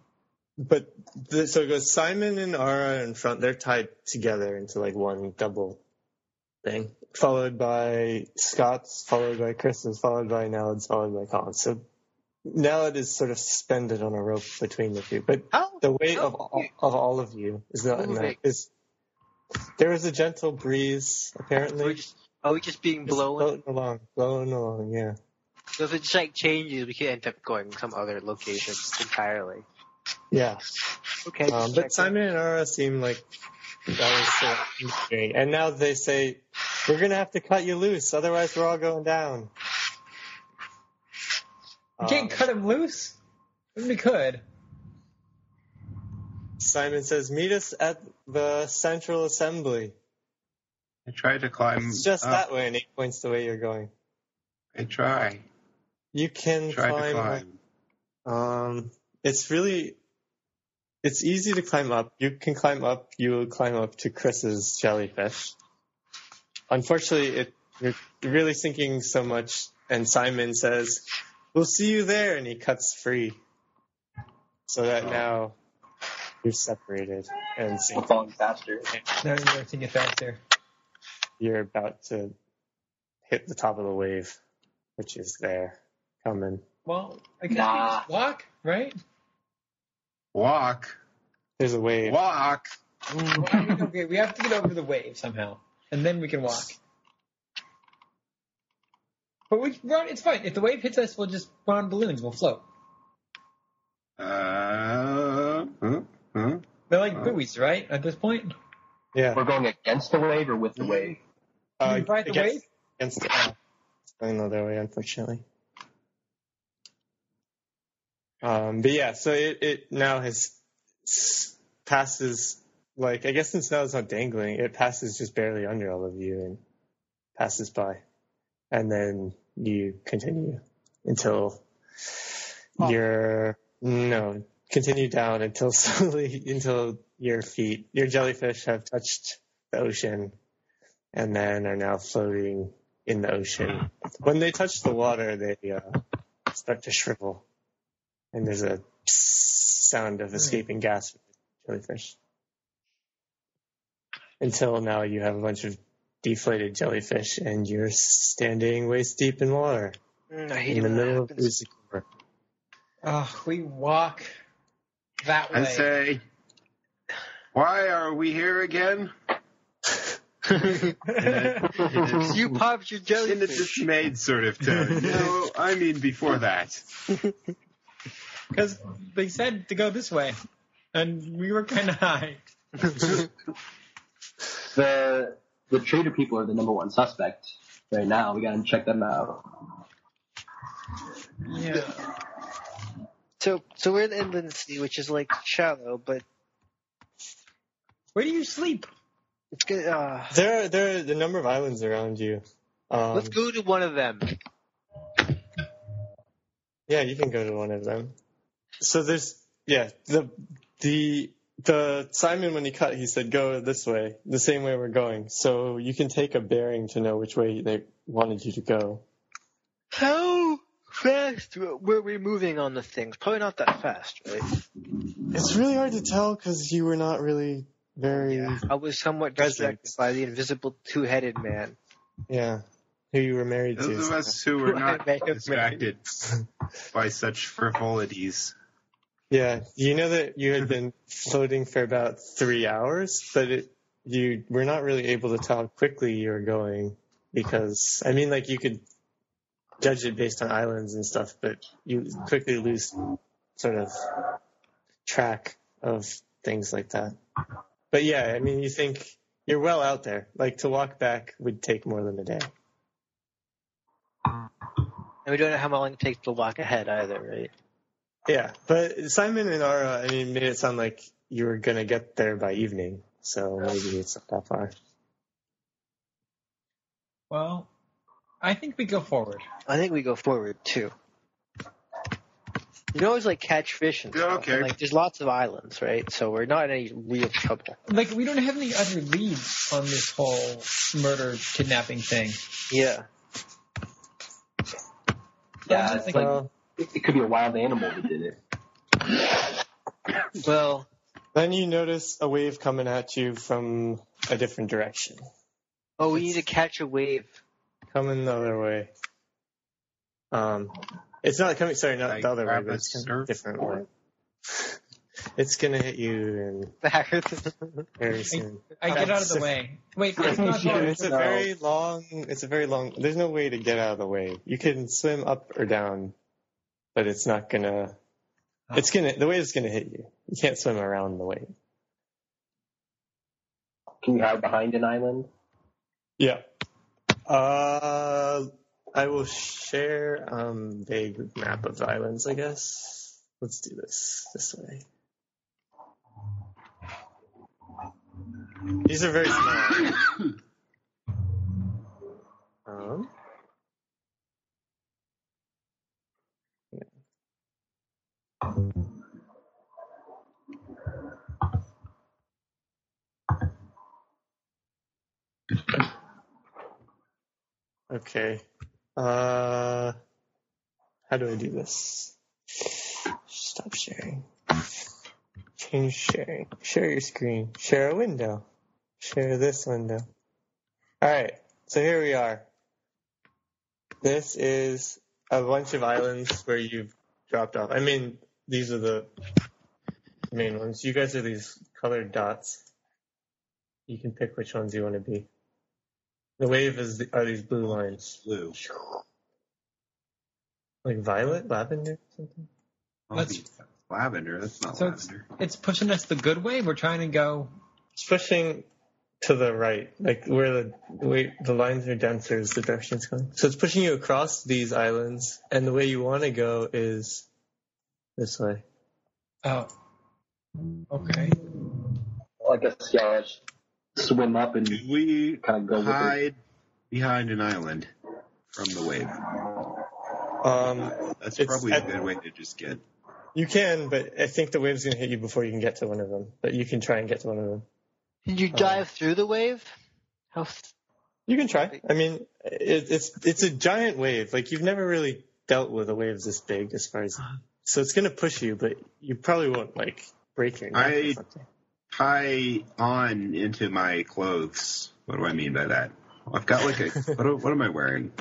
A: but the, so it goes Simon and Ara in front. They're tied together into like one double thing, followed by Scott's, followed by Chris's, followed by Nalid's, followed by Colin. So Nalid is sort of suspended on a rope between the two. But
D: How?
A: the weight
D: how
A: of all, of all of you is not enough.
D: Moving.
A: Is there is a gentle breeze apparently.
D: Are we just, are we just being
A: It's
D: blown?
A: floating along, blowing along. Yeah.
D: So if it just like changes, we could end up going some other location entirely.
A: Yeah.
D: Okay.
A: Um,
D: just checking.
A: but Simon and Ara seem like that was so interesting. And now they say, we're going to have to cut you loose, otherwise we're all going down.
G: You can't
A: Um,
G: cut him loose. We could.
A: Simon says, meet us at the Central Assembly.
B: I try to climb.
A: It's just
B: up.
A: that way, and he points the way you're going.
B: I try.
A: You can
B: Try to
A: climb. up.
B: climb.
A: Um, it's really, it's easy to climb up. You can climb up. You will climb up to Chris's jellyfish. Unfortunately, it you're really sinking so much. And Simon says, "We'll see you there," and he cuts free, so that now you're separated and
F: I'm
A: sink.
F: falling faster.
G: No, you're to get faster.
A: you're about to hit the top of the wave, which is there coming.
G: Well, I guess we
F: Nah.
G: just walk, right?
B: Walk.
A: There's a wave.
B: Walk.
G: Well, I mean, okay, we have to get over the wave somehow, and then we can walk. But we, we're on, it's fine. If the wave hits us, we'll just we're on balloons. We'll float.
B: Uh, huh, huh.
G: They're like
B: Oh.
G: buoys, right? At this point,
A: Yeah.
F: We're going against the wave or with the wave?
G: Can
A: Uh,
G: we ride the
A: against-
G: wave?
A: Against uh, it's going the other way, eh, unfortunately. Um, but yeah, so it, it now has s- passes like I guess since now it's not dangling, it passes just barely under all of you and passes by, and then you continue until you're no continue down until slowly until your feet your jellyfish have touched the ocean and then are now floating in the ocean. When they touch the water, they uh, start to shrivel, and there's a sound of escaping gas from the jellyfish. Until now, you have a bunch of deflated jellyfish, and you're standing waist deep in water
D: Mm, I
A: in
D: hate
A: the
D: it when that
A: middle of
D: happens.
A: Usador.
G: Ugh, we walk that way.
B: I say, why are we here again?
D: you popped your
B: In a
D: jellyfish.
B: dismayed sort of tone. no, I mean before that.
G: Because they said to go this way, and we were kind of high.
F: The the traitor people are the number one suspect right now. We gotta check them out.
G: Yeah.
D: So, so we're in the inland sea, which is like shallow, but
G: Where do you sleep?
D: it's good. Uh,
A: There, are, there are a number of islands around you. Um,
D: let's go to one of them.
A: Yeah, you can go to one of them. So there's yeah the the the Simon when he cut he said go this way the same way we're going so you can take a bearing to know which way they wanted you to go.
D: How fast were we moving on the things? Probably not that fast, right?
A: It's really hard to tell because you were not really very yeah.
D: I was somewhat distracted by the invisible two-headed man.
A: who you were married to.
B: Those of
A: so-
B: us who were
D: I
B: not
D: may have made-
B: distracted by such frivolities.
A: Yeah, you know that you had been floating for about three hours, but it, you were not really able to tell how quickly you were going because I mean, like you could judge it based on islands and stuff, but you quickly lose sort of track of things like that. But yeah, I mean, you think you're well out there. Like to walk back would take more than a day.
D: And we don't know how long it takes to walk ahead either, right?
A: Yeah, but Simon and Ara, I mean, made it sound like you were gonna get there by evening, so maybe it's not that far.
C: Well, I think we go forward.
D: I think we go forward too. You can always like catch fish and
B: Yeah,
D: stuff.
B: okay.
D: And, like there's lots of islands, right? So we're not in any real trouble.
C: Like we don't have any other leads on this whole murder kidnapping thing.
D: Yeah.
F: Yeah, it's like
A: Well,
F: it, it could be a wild animal that did it.
D: Well,
A: then you notice a wave coming at you from a different direction,
D: oh, we need to catch a wave.
A: coming the other way. Um, it's not coming. Sorry, not
B: Like
A: the other way.
B: grab
A: But
B: a
A: it's coming a
B: surfboard?
A: different way. It's gonna hit you in very soon.
C: I get out of the way. Wait, it's not
A: Yeah,
C: hard.
A: it's a
F: No.
A: very long. It's a very long. There's no way to get out of the way. You can swim up or down, but it's not gonna. It's gonna. The wave's gonna hit you. You can't swim around the wave.
F: Can you hide behind an island?
A: Yeah. Uh, I will share um vague map of the islands. I guess. Let's do this this way. These are very small. Um. Okay. Uh, how do I do this? Stop sharing. Change sharing. Share your screen. Share a window. Share this window. All right. So here we are. This is a bunch of islands where you've dropped off. I mean, these are the main ones. You guys are these colored dots. You can pick which ones you want to be. The wave is the, are these blue lines
B: Blue.
A: like violet lavender or something
C: Let's-
B: Holy- lavender. That's not
C: So it's-
B: lavender.
C: It's pushing us the good way. We're trying to go.
A: it's pushing to the right like where the wait the lines are denser is the direction it's going so it's pushing you across these islands and the way you want to go is this way
C: Oh. Okay.
F: Like a skeleton. Swim up and
B: Did we
F: kind of go with it.
B: hide behind an island from the wave?
A: um
B: That's
A: It's
B: probably
A: at-
B: a good way to just get.
A: you can but i think the wave's going to hit you before you can get to one of them but you can try and get to one of them
D: Did you dive through the wave? How? f-
A: you can try i mean it, it's it's a giant wave like you've never really dealt with a wave this big as far as so it's going to push you but you probably won't like break your neck or
B: I-
A: something
B: tie on into my clothes. What do I mean by that? I've got like a what, do- what am I wearing?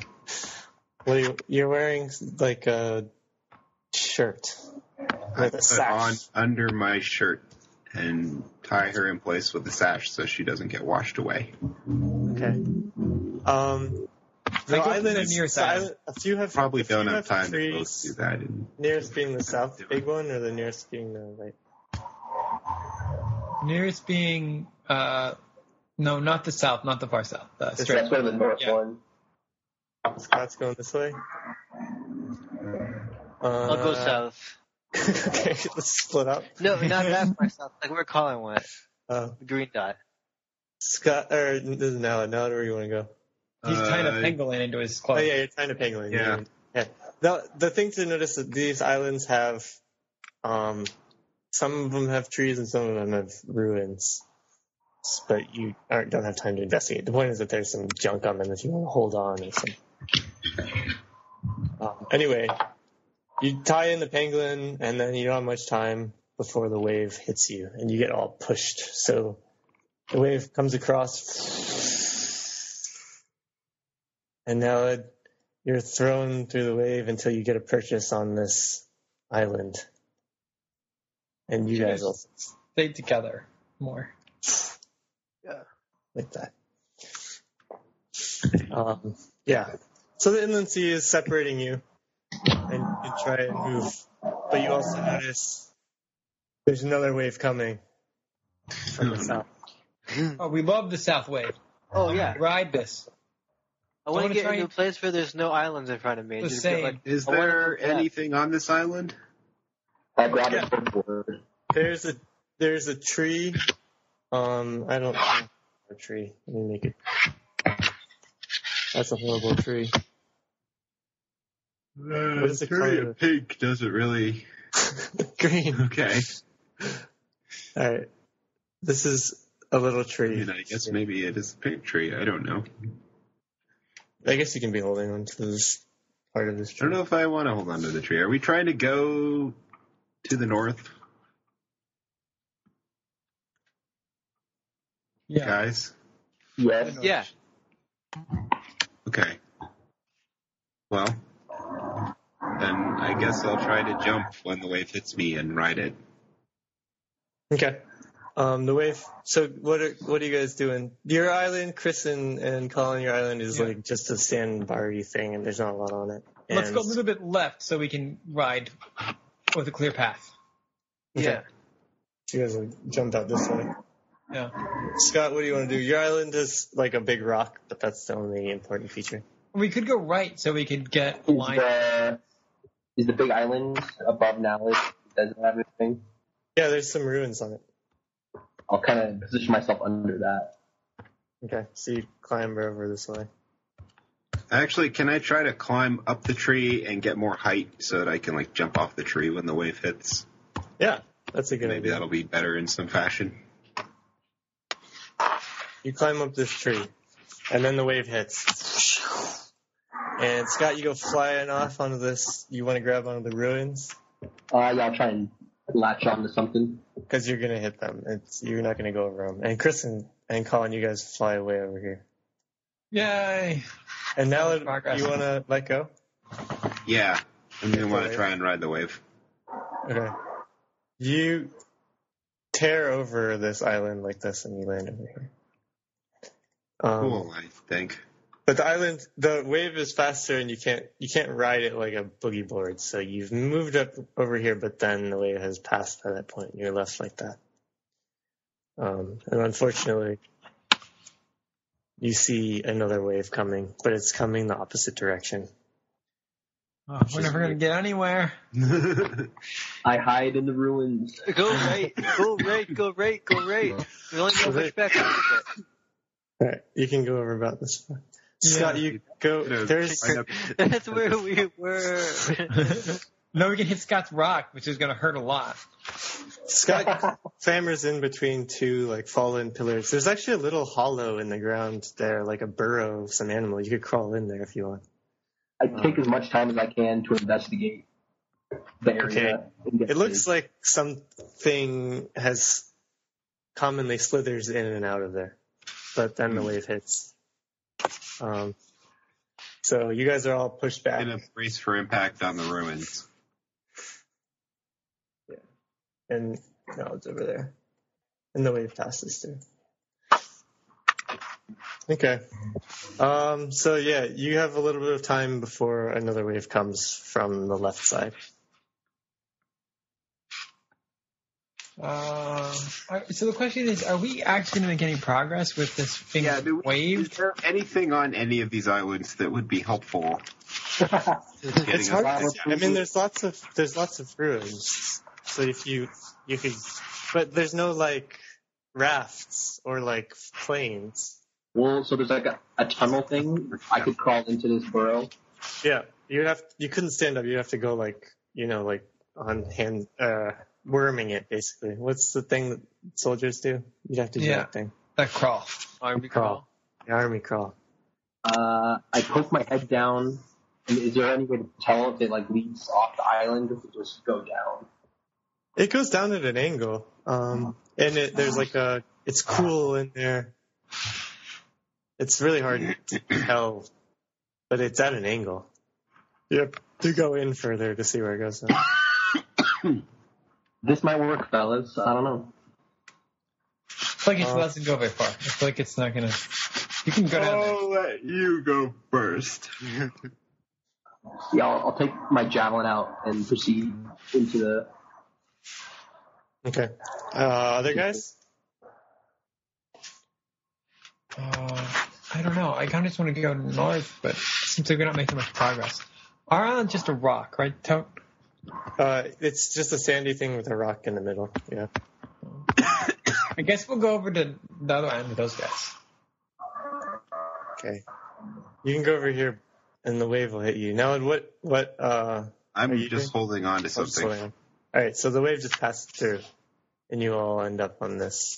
A: Well, you, you're wearing like a shirt
B: I
A: with a
B: put on
A: sash.
B: under my shirt and tie her in place with a sash so she doesn't get washed away.
A: Okay. Um,
C: I
A: the
C: go to
A: island
C: the
A: is
C: near
A: so
C: side.
A: I- If you have
B: Probably
A: if you
B: don't have time to
A: three,
B: both do that. And
A: Nearest being the south
B: Do it.
A: big one, or the nearest being the right.
C: Nearest being, uh, no, not the south, not the far south. The straight.
F: That's one of the north
C: Yeah.
F: one.
A: Scott's going this way. Uh,
D: I'll go south.
A: okay, let's split up.
D: No, not that far south. Like we're calling one.
A: Uh,
D: The green dot.
A: Scott, or this is Nala. Nala, where you want to go?
C: He's tying a
B: Uh,
C: pangolin into his
A: Oh
C: clothes.
A: yeah, you're trying to pangolin.
B: Yeah.
A: Yeah. The the thing to notice that these islands have, um, some of them have trees and some of them have ruins, S- but you aren't, don't have time to investigate. The point is that there's some junk on them if you want to hold on or something. Um, anyway, you tie in the pangolin and then you don't have much time before the wave hits you and you get all pushed. So the wave comes across and now it you're thrown through the wave until you get a purchase on this island. And you guys will
G: Stay together more.
A: like that. Um, yeah. So the inland sea is separating you, and you try and move, but you also notice there's another wave coming from the south.
G: Oh, we love the South Wave.
D: Oh yeah,
G: Ride this.
D: I want to
G: wanna
D: get
G: try
D: into a
G: and-
D: place where there's no islands in front of me. and
G: The
D: just get,
G: same.
D: like-
B: Is
D: I wanna-
B: there
D: yeah.
B: anything on this island?
E: I grabbed a surfboard.
A: There's a there's a tree. Um, I don't know a tree. Let me make it. That's a horrible tree.
B: Uh,
A: What is the color?
B: pink doesn't really.
A: Green.
B: Okay.
A: All right. This is a little
B: I
A: tree.
B: mean, I guess maybe it is a pink tree. I don't know.
A: I guess you can be holding on to this part of this
B: I don't know if I want to hold on to the tree. Are we trying to go to the north,
G: Yeah.
B: guys?
E: Yes.
D: Yeah,
B: Okay. Well, then I guess I'll try to jump when the wave hits me and ride it.
A: Okay. Um, the wave. So what are what are you guys doing? Your island, Chris and, and Colin, your island is
G: Yeah.
A: like just a sandbar-y thing, and there's not a lot on it.
G: Let's
A: And-
G: go a little bit left so we can ride with a clear path.
A: okay.
D: yeah.
A: You guys will jump out this way.
G: Yeah.
A: Scott, what do you want to do? Your island is like a big rock, but that's the only important feature.
G: We could go right so we could get
F: Is
G: line.
F: the, is the big island above knowledge? Does it have anything?
A: Yeah, there's some ruins on it.
F: I'll kind of position myself under that.
A: Okay. So you climb over this way.
B: Actually, can I try to climb up the tree and get more height so that I can like jump off the tree when the wave hits?
A: Yeah, that's a good
B: Maybe
A: idea.
B: that'll be better in some fashion.
A: You climb up this tree, and then the wave hits. And Scott, you go flying off onto this. You want to grab onto the ruins
F: Uh, yeah, I'll try and latch onto something.
A: because you're gonna hit them. It's, you're not gonna go over them. And Chris and, and Colin, you guys fly away over here.
G: Yay!
A: And now it-
G: Progress.
A: you want to let go.
B: Yeah, I'm gonna want to try and ride the wave.
A: Okay. You tear over this island like this, and you land over here. Um,
B: Cool, I think.
A: But the island, the wave is faster, and you can't you can't ride it like a boogie board. So you've moved up over here, but then the wave has passed by that point, and you're left like that. Um, and unfortunately, you see another wave coming, but it's coming the opposite direction.
G: Oh, we're never going to get anywhere.
F: I hide in the ruins.
D: Go right, go right, go right, go right. We only know which back up a
A: All right, you can go over about this. far. Scott,
G: Yeah.
A: you go.
B: No,
A: There's
B: I know.
D: bit. That's where we were.
G: no, we can hit Scott's rock, which is going to hurt a lot.
A: Scott clambers in between two like fallen pillars. There's actually a little hollow in the ground there, like a burrow of some animal. You could crawl in there if you want.
F: I take as much time as I can to investigate the area.
A: Okay.
F: and get
A: It looks
F: food.
A: like something has commonly slithers in and out of there, but then the wave hits. Um, so you guys are all pushed back.
B: gonna brace for impact on the ruins.
A: and no, it's over there. And the wave passes through. Okay. Um, so yeah, you have a little bit of time before another wave comes from the left side.
G: Uh, are- so the question is, are we actually going to make any progress with this thing
B: Yeah, do we- Is
G: wave?
B: there anything on any of these islands that would be helpful?
A: It's hard. To, I mean, there's lots of there's lots of ruins. So if you you could, but there's no like rafts or like planes.
F: Well, so there's like a, a tunnel thing. I could crawl into this burrow.
A: Yeah, You'd have you couldn't stand up. You'd have to go like you know like on hand uh worming it basically. What's the thing that soldiers do? You'd have to do
G: Yeah.
A: that thing.
G: That crawl.
D: Army
A: Crawl. The army crawl.
F: Uh, I poke my head down. And is there any way to tell if it like leads off the island? If it just go down?
A: It goes down at an angle. Um and it there's like a it's cool in there. It's really hard to tell, but it's at an angle. Yep. To go in further to see where it goes.
F: This might work, fellas. I don't know.
G: It's like it
A: Uh,
G: doesn't go very far. It's like it's not gonna. You can go down. there.
B: let you go first.
F: Yeah, I'll, I'll take my javelin out and proceed into the.
A: Okay. Uh, other guys?
B: Oh.
G: Uh, I don't know. I kind of just want to go north, but it seems like we're not making much progress. Our island's just a rock, right? Tote?
A: Uh, it's just a sandy thing with a rock in the middle. Yeah.
G: I guess we'll go over to the other island with those guys.
A: Okay. You can go over here, and the wave will hit you. Now, what? What? Uh,
B: I'm
A: Are you
B: just
A: doing-
B: holding on to
A: oh, just
B: something.
A: hold on. all right. So the wave just passed through, and you all end up on this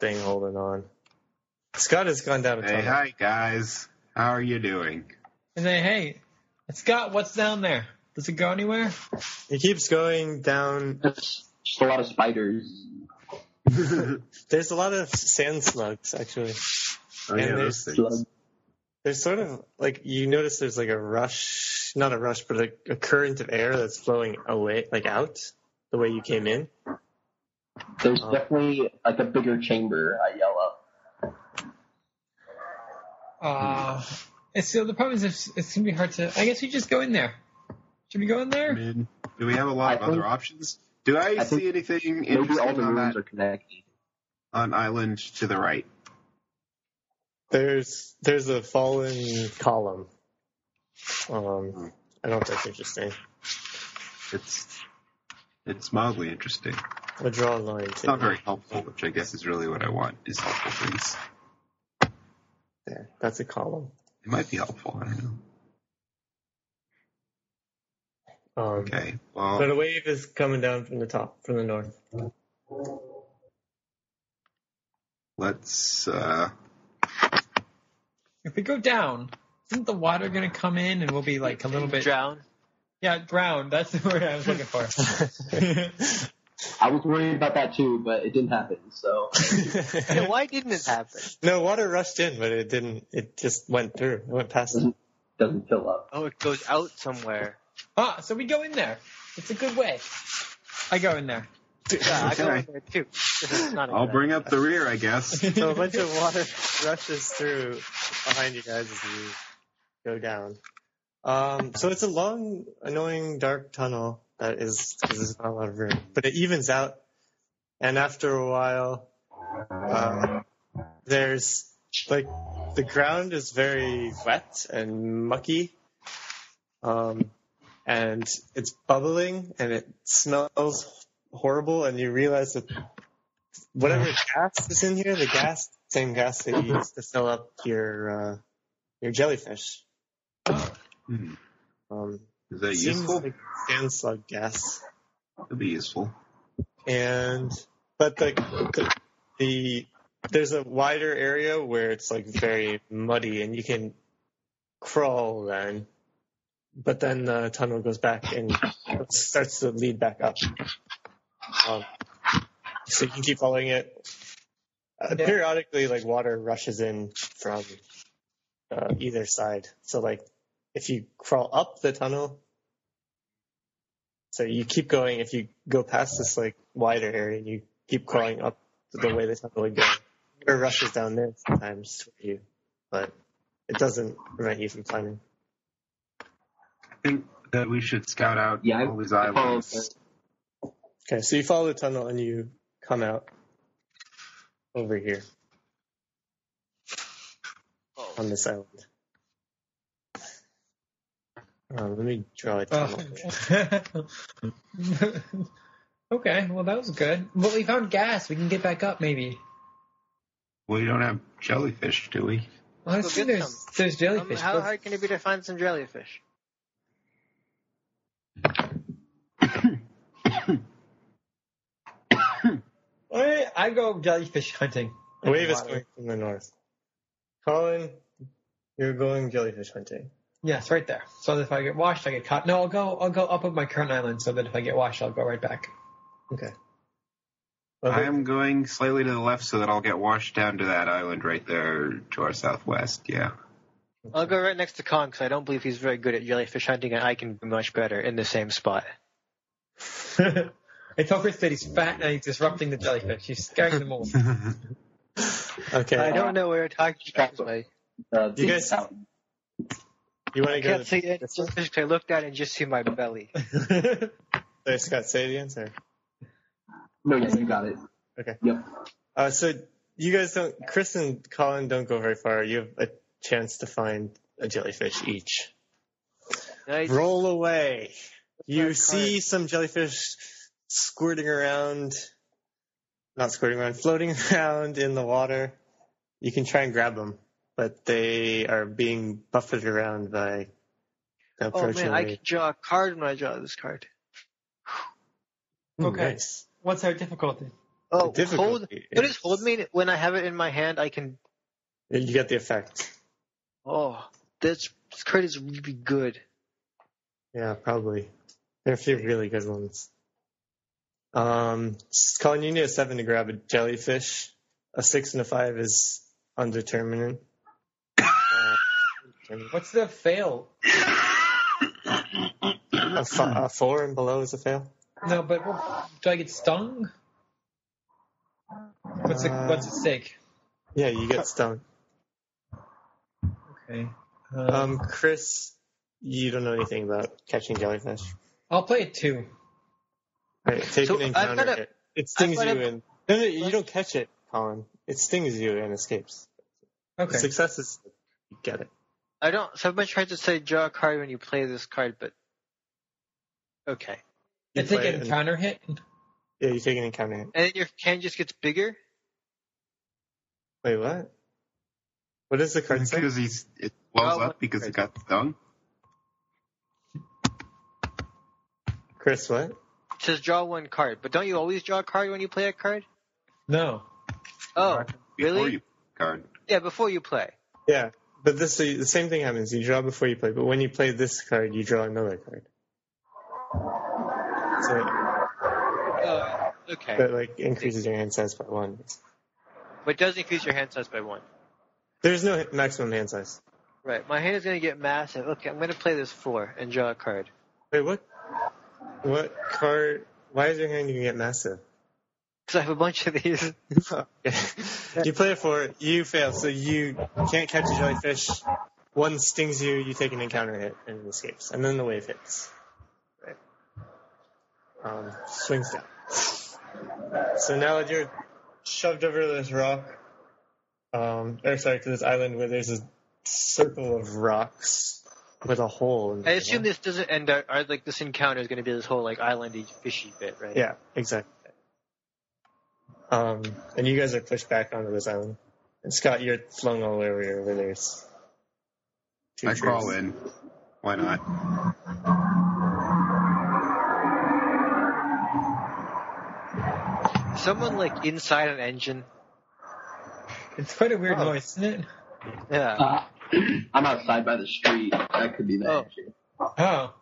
A: thing holding on. Scott has gone down a
B: Hey,
A: tunnel.
B: hi guys. How are you doing?
G: And say, hey, Scott, what's down there? Does it go anywhere?
A: He keeps going down.
F: That's just a lot of spiders.
A: There's a lot of sand slugs actually.
B: Oh
A: And
B: yeah,
A: there's-
B: those things.
A: There's sort of like you notice there's like a rush, not a rush, but a, a current of air that's flowing away, like out the way you came in.
F: There's
B: Uh-huh.
A: Oh.
F: definitely like a bigger chamber. I yell up.
G: Uh, it's, so the problem is it's, it's going to be hard to. I guess we just go in there. Should we go in
B: I
G: there?
B: mean, do we have a lot
F: I
B: of
F: think-
B: other options? Do I,
F: I think
B: see anything
F: Maybe all
B: interesting
F: the
B: on
F: rooms
B: that
F: are connected.
B: on island to the right?
A: There's there's a fallen column.
B: Hmm.
A: Um, I don't think it's interesting.
B: It's it's mildly interesting.
A: I'll draw a line.
B: It's not very helpful, which I guess is really what I want is helpful things.
A: There, that's a column.
B: It might be helpful. I don't know.
A: Um,
B: Okay. Well,
A: But a wave is coming down from the top, from the north.
B: let's. Uh,
G: If we go down, isn't the water going to come in and we'll be like a little bit.
D: Drown.
G: Yeah, drowned. That's the word I was looking for.
F: I was worried about that too, but it didn't happen. So
D: Yeah, why didn't it happen?
A: no, water rushed in, but it didn't. It just went through. It went past.
F: it doesn't fill up.
D: Oh, it goes out somewhere.
G: Ah, so we go in there. It's a good way. I go in there.
D: Yeah, I go
B: Okay.
D: in there too. It's not a
B: I'll
D: good
B: bring up the rear, I guess.
A: So a bunch of water rushes through behind you guys as you go down. Um, so it's a long, annoying, dark tunnel that is because there's not a lot of room, but it evens out. And after a while, um, there's like the ground is very wet and mucky, um, and it's bubbling and it smells horrible. And you realize that whatever gas is in here, the gas, same gas that you use to fill up your uh, your jellyfish.
B: Hmm.
A: Um,
B: Is that
A: seems
B: useful?
A: like sand slug gas,
B: It'll be useful.
A: and but the, the the there's a wider area where it's like very muddy, and you can crawl then. But then the tunnel goes back and starts to lead back up. Um, so you can keep following it. Uh,
G: Yeah.
A: Periodically, like water rushes in from uh, either side. So like if you crawl up the tunnel, so you keep going. If you go past this like wider area, you keep crawling up the way the tunnel would go. Water rushes down there sometimes toward you, but it doesn't prevent you from climbing.
B: I think that we should scout out
F: Yeah, I- uh,
B: all these
F: I follow
B: islands.
A: Okay, so you follow the tunnel and you come out over here on this island. Um, let me draw a
G: Oh.
A: tunnel.
G: okay, well that was good. Well, we found gas. We can get back up, maybe.
B: We don't have jellyfish, do we?
G: Well, I
D: Let's go get
G: see there's there's
D: Um,
G: jellyfish.
D: how
G: but-
D: hard can it be to find some jellyfish?
G: I, I go jellyfish hunting. in
A: Wave
G: the
A: is
G: water.
A: going from the north. Colin, you're going jellyfish hunting.
G: Yes, right there. So that if I get washed, I get caught. No, I'll go. I'll go up of my current island, so that if I get washed, I'll go right back.
A: Okay.
B: I
A: Okay.
B: am going slightly to the left so that I'll get washed down to that island right there to our southwest. Yeah.
D: I'll go right next to Kong because I don't believe he's very good at jellyfish hunting, and I can be much better in the same spot.
G: I tell Chris that he's fat and he's disrupting the jellyfish. He's scaring them all.
D: I
A: okay.
D: don't know what you're talking about. but
F: Uh,
A: You guys- You want
D: I
A: to go?
D: can't see it jellyfish 'cause I looked at it and just see my belly.
A: To... Sorry, Scott, say the answer.
F: no, yeah, you got it.
A: Okay.
F: Yep.
A: Uh, so you guys don't, Chris and Colin don't go very far. You have a chance to find a jellyfish each.
D: Nice.
A: Roll away. You
D: Right,
A: see some jellyfish squirting around, not squirting around, floating around in the water. You can try and grab them, but they are being buffeted around by the
D: Oh
A: approaching
D: man, I
A: wave.
D: can draw a card when I draw this card.
A: Ooh,
G: Okay.
A: Nice.
G: What's our difficulty?
D: Oh,
A: The difficulty
D: hold. What does hold mean? When I have it in my hand, I can.
A: You get the effect.
D: Oh, this, this card is really good.
A: Yeah, probably. There are a few really good ones. Um, s- Colin, you need a seven to grab a jellyfish. A six and a five is undetermined. Uh,
G: What's the fail?
A: a, fi- a four and below is a fail.
G: No, but what, do I get stung? What's the,
A: Uh,
G: what's at stake?
A: Yeah, you get stung.
G: Okay.
A: Um, Chris, you don't know anything about catching jellyfish.
G: I'll play it too.
A: All right, take
D: So
A: an
D: I've
A: encounter.
D: got a-
A: hit. it stings
D: I've
A: you
D: got a-
A: and no, no, you don't catch it, Colin. It stings you and escapes.
G: Okay.
A: Success is you get it.
D: I don't. Someone tried to say draw a card when you play this card, but okay.
A: You
G: I take
A: play it
G: an
A: and-
G: encounter hit.
A: yeah, you take an encounter. hit.
D: And then your hand just gets bigger.
A: Wait, what? What does the card say?
B: Because he's, it blows
F: Oh,
D: Well,
B: up because it got stung.
A: Chris, what?
D: It says draw one card, but don't you always draw a card when you play a card?
G: No.
D: Oh,
B: Before
D: Really?
B: you guard.
D: yeah, before you play.
A: Yeah, but this the same thing happens. You draw before you play, but when you play this card, you draw another card. So
D: Oh, okay.
A: that like increases your hand size by one.
D: But it does increase your hand size by one.
A: There's no maximum hand size.
D: Right. My hand is gonna get massive. Okay, I'm gonna play this four and draw a card.
A: Wait, what? What card? Why is your hand going to get massive?
D: Cause I have a bunch of these.
A: you play it for you fail, so you can't catch a jellyfish. One stings you, you take an encounter hit, and it escapes. And then the wave hits.
D: Right.
A: Um, swings down. So now that you're shoved over to this rock, um, or sorry, to this island where there's a circle of rocks with a hole. In the
D: I
A: middle.
D: assume this doesn't end. Our, our, like this encounter is gonna be this whole like islandy fishy bit, right?
A: Yeah, exactly. Um, and you guys are pushed back onto this island. And Scott, you're flung all over here where there's. two
B: I
A: trees.
B: crawl in. Why not?
D: Someone like inside an engine.
G: It's quite a weird
A: Oh.
G: noise, isn't it?
D: Yeah.
F: Uh, I'm outside by the street. That could be the
D: Oh.
F: issue.
G: Oh.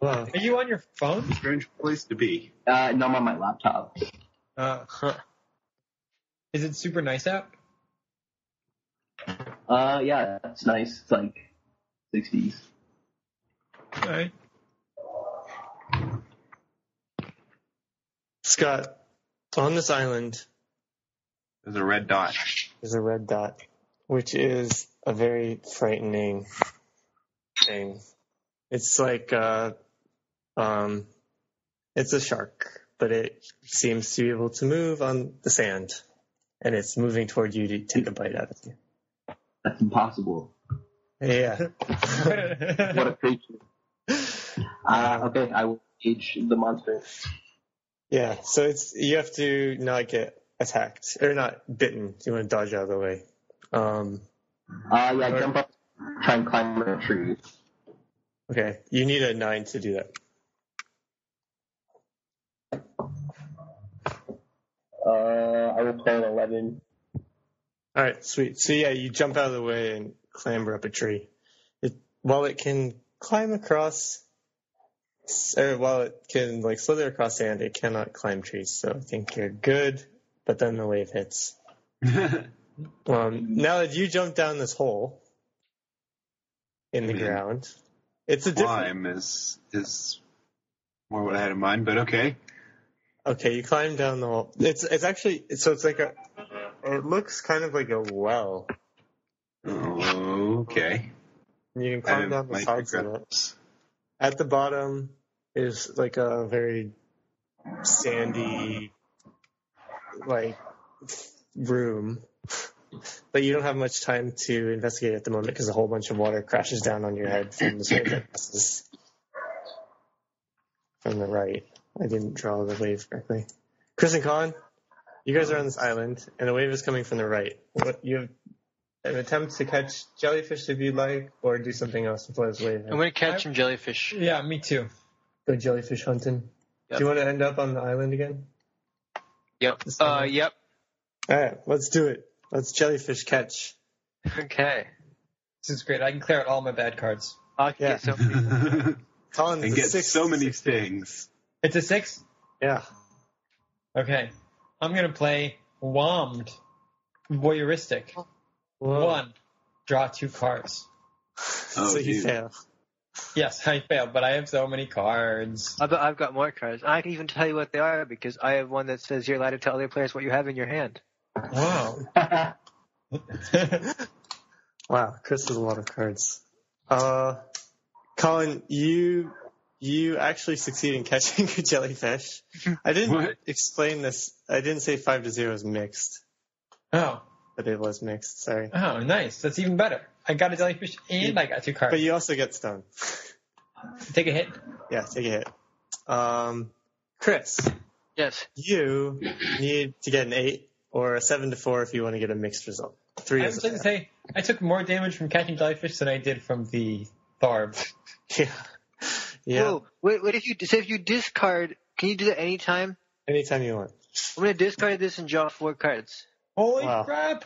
A: Wow.
G: Are you on your phone?
B: Strange place to be.
F: Uh, no, I'm on my laptop.
G: Uh, Is it super nice out?
F: Uh, yeah, that's nice. It's like 60s.
G: All right.
A: Scott, on this island,
B: There's a red dot.
A: there's a red dot, which is a very frightening thing. It's like, uh, um, it's a shark, but it seems to be able to move on the sand, and it's moving toward you to take a bite out of you.
F: That's impossible.
A: Yeah.
F: What a creature. Uh, okay, I will age the monster.
A: Yeah, so it's you have to not get attacked or not bitten. You want to dodge out of the way. Um,
F: Uh, yeah, jump up, try and climb a tree.
A: okay, you need a nine to do that.
F: uh, I will plan 11.
A: All right, sweet. So yeah, you jump out of the way and clamber up a tree. It, while it can climb across, s- or while it can like slither across sand, it cannot climb trees. So I think you're good. But then the wave hits. Um, now that you jump down this hole in the
B: Mhm.
A: ground, it's a different.
B: Climb is is more what I had in mind, but okay.
A: Okay, you climb down the hole. It's it's actually so it's like a. It looks kind of like a well.
B: Okay.
A: You can
B: I
A: climb down the
B: might
A: sides of
B: regret
A: it.
B: this.
A: At the bottom is like a very sandy, like room, but you don't have much time to investigate at the moment because a whole bunch of water crashes down on your head from the wave that passes from the right. I didn't draw the wave correctly. Chris and Colin, you guys are on this island, and the wave is coming from the right. What you have an attempt to catch jellyfish if you'd like, or do something else before this wave.
D: I'm gonna catch some jellyfish.
G: Yeah, me too.
A: Go jellyfish hunting.
D: Yep.
A: Do you want to end up on the island again?
D: Yep. Uh, yep.
A: All right, let's do it. Let's jellyfish catch.
D: Okay.
G: This is great. I can clear out all my bad cards.
D: Okay.
A: Yeah.
D: So
B: and
A: Colin's a
B: get
A: six.
B: so many things.
G: It's a six.
A: Yeah.
G: Okay, I'm gonna play whammed, voyeuristic.
A: Whoa.
G: One, draw two cards.
B: Oh,
A: so you
B: dude.
A: fail.
G: Yes, I failed, but I have so many cards.
D: I've, I've got more cards. I can even tell you what they are because I have one that says you're allowed to tell other players what you have in your hand.
G: Wow.
A: Wow, Chris has a lot of cards. Uh, Colin, you you actually succeed in catching your jellyfish. I didn't
B: What?
A: explain this. I didn't say five to zero is mixed,
G: Oh,
A: but it was mixed. Sorry,
G: oh, nice. That's even better. I got a jellyfish and I got two cards.
A: but you also get stung.
G: Take a hit.
A: Yeah, take a hit. Um, Chris,
D: Yes.
A: you need to get an eight or a seven to four if you want to get a mixed result. Three
G: I
A: is
G: was going to say I took more damage from catching jellyfish than I did from the tharb.
A: yeah, yeah.
D: Whoa. Wait. What if you so if you discard? Can you do that anytime?
A: Anytime you want.
D: I'm gonna discard this and draw four cards.
G: Holy
A: Wow.
G: crap!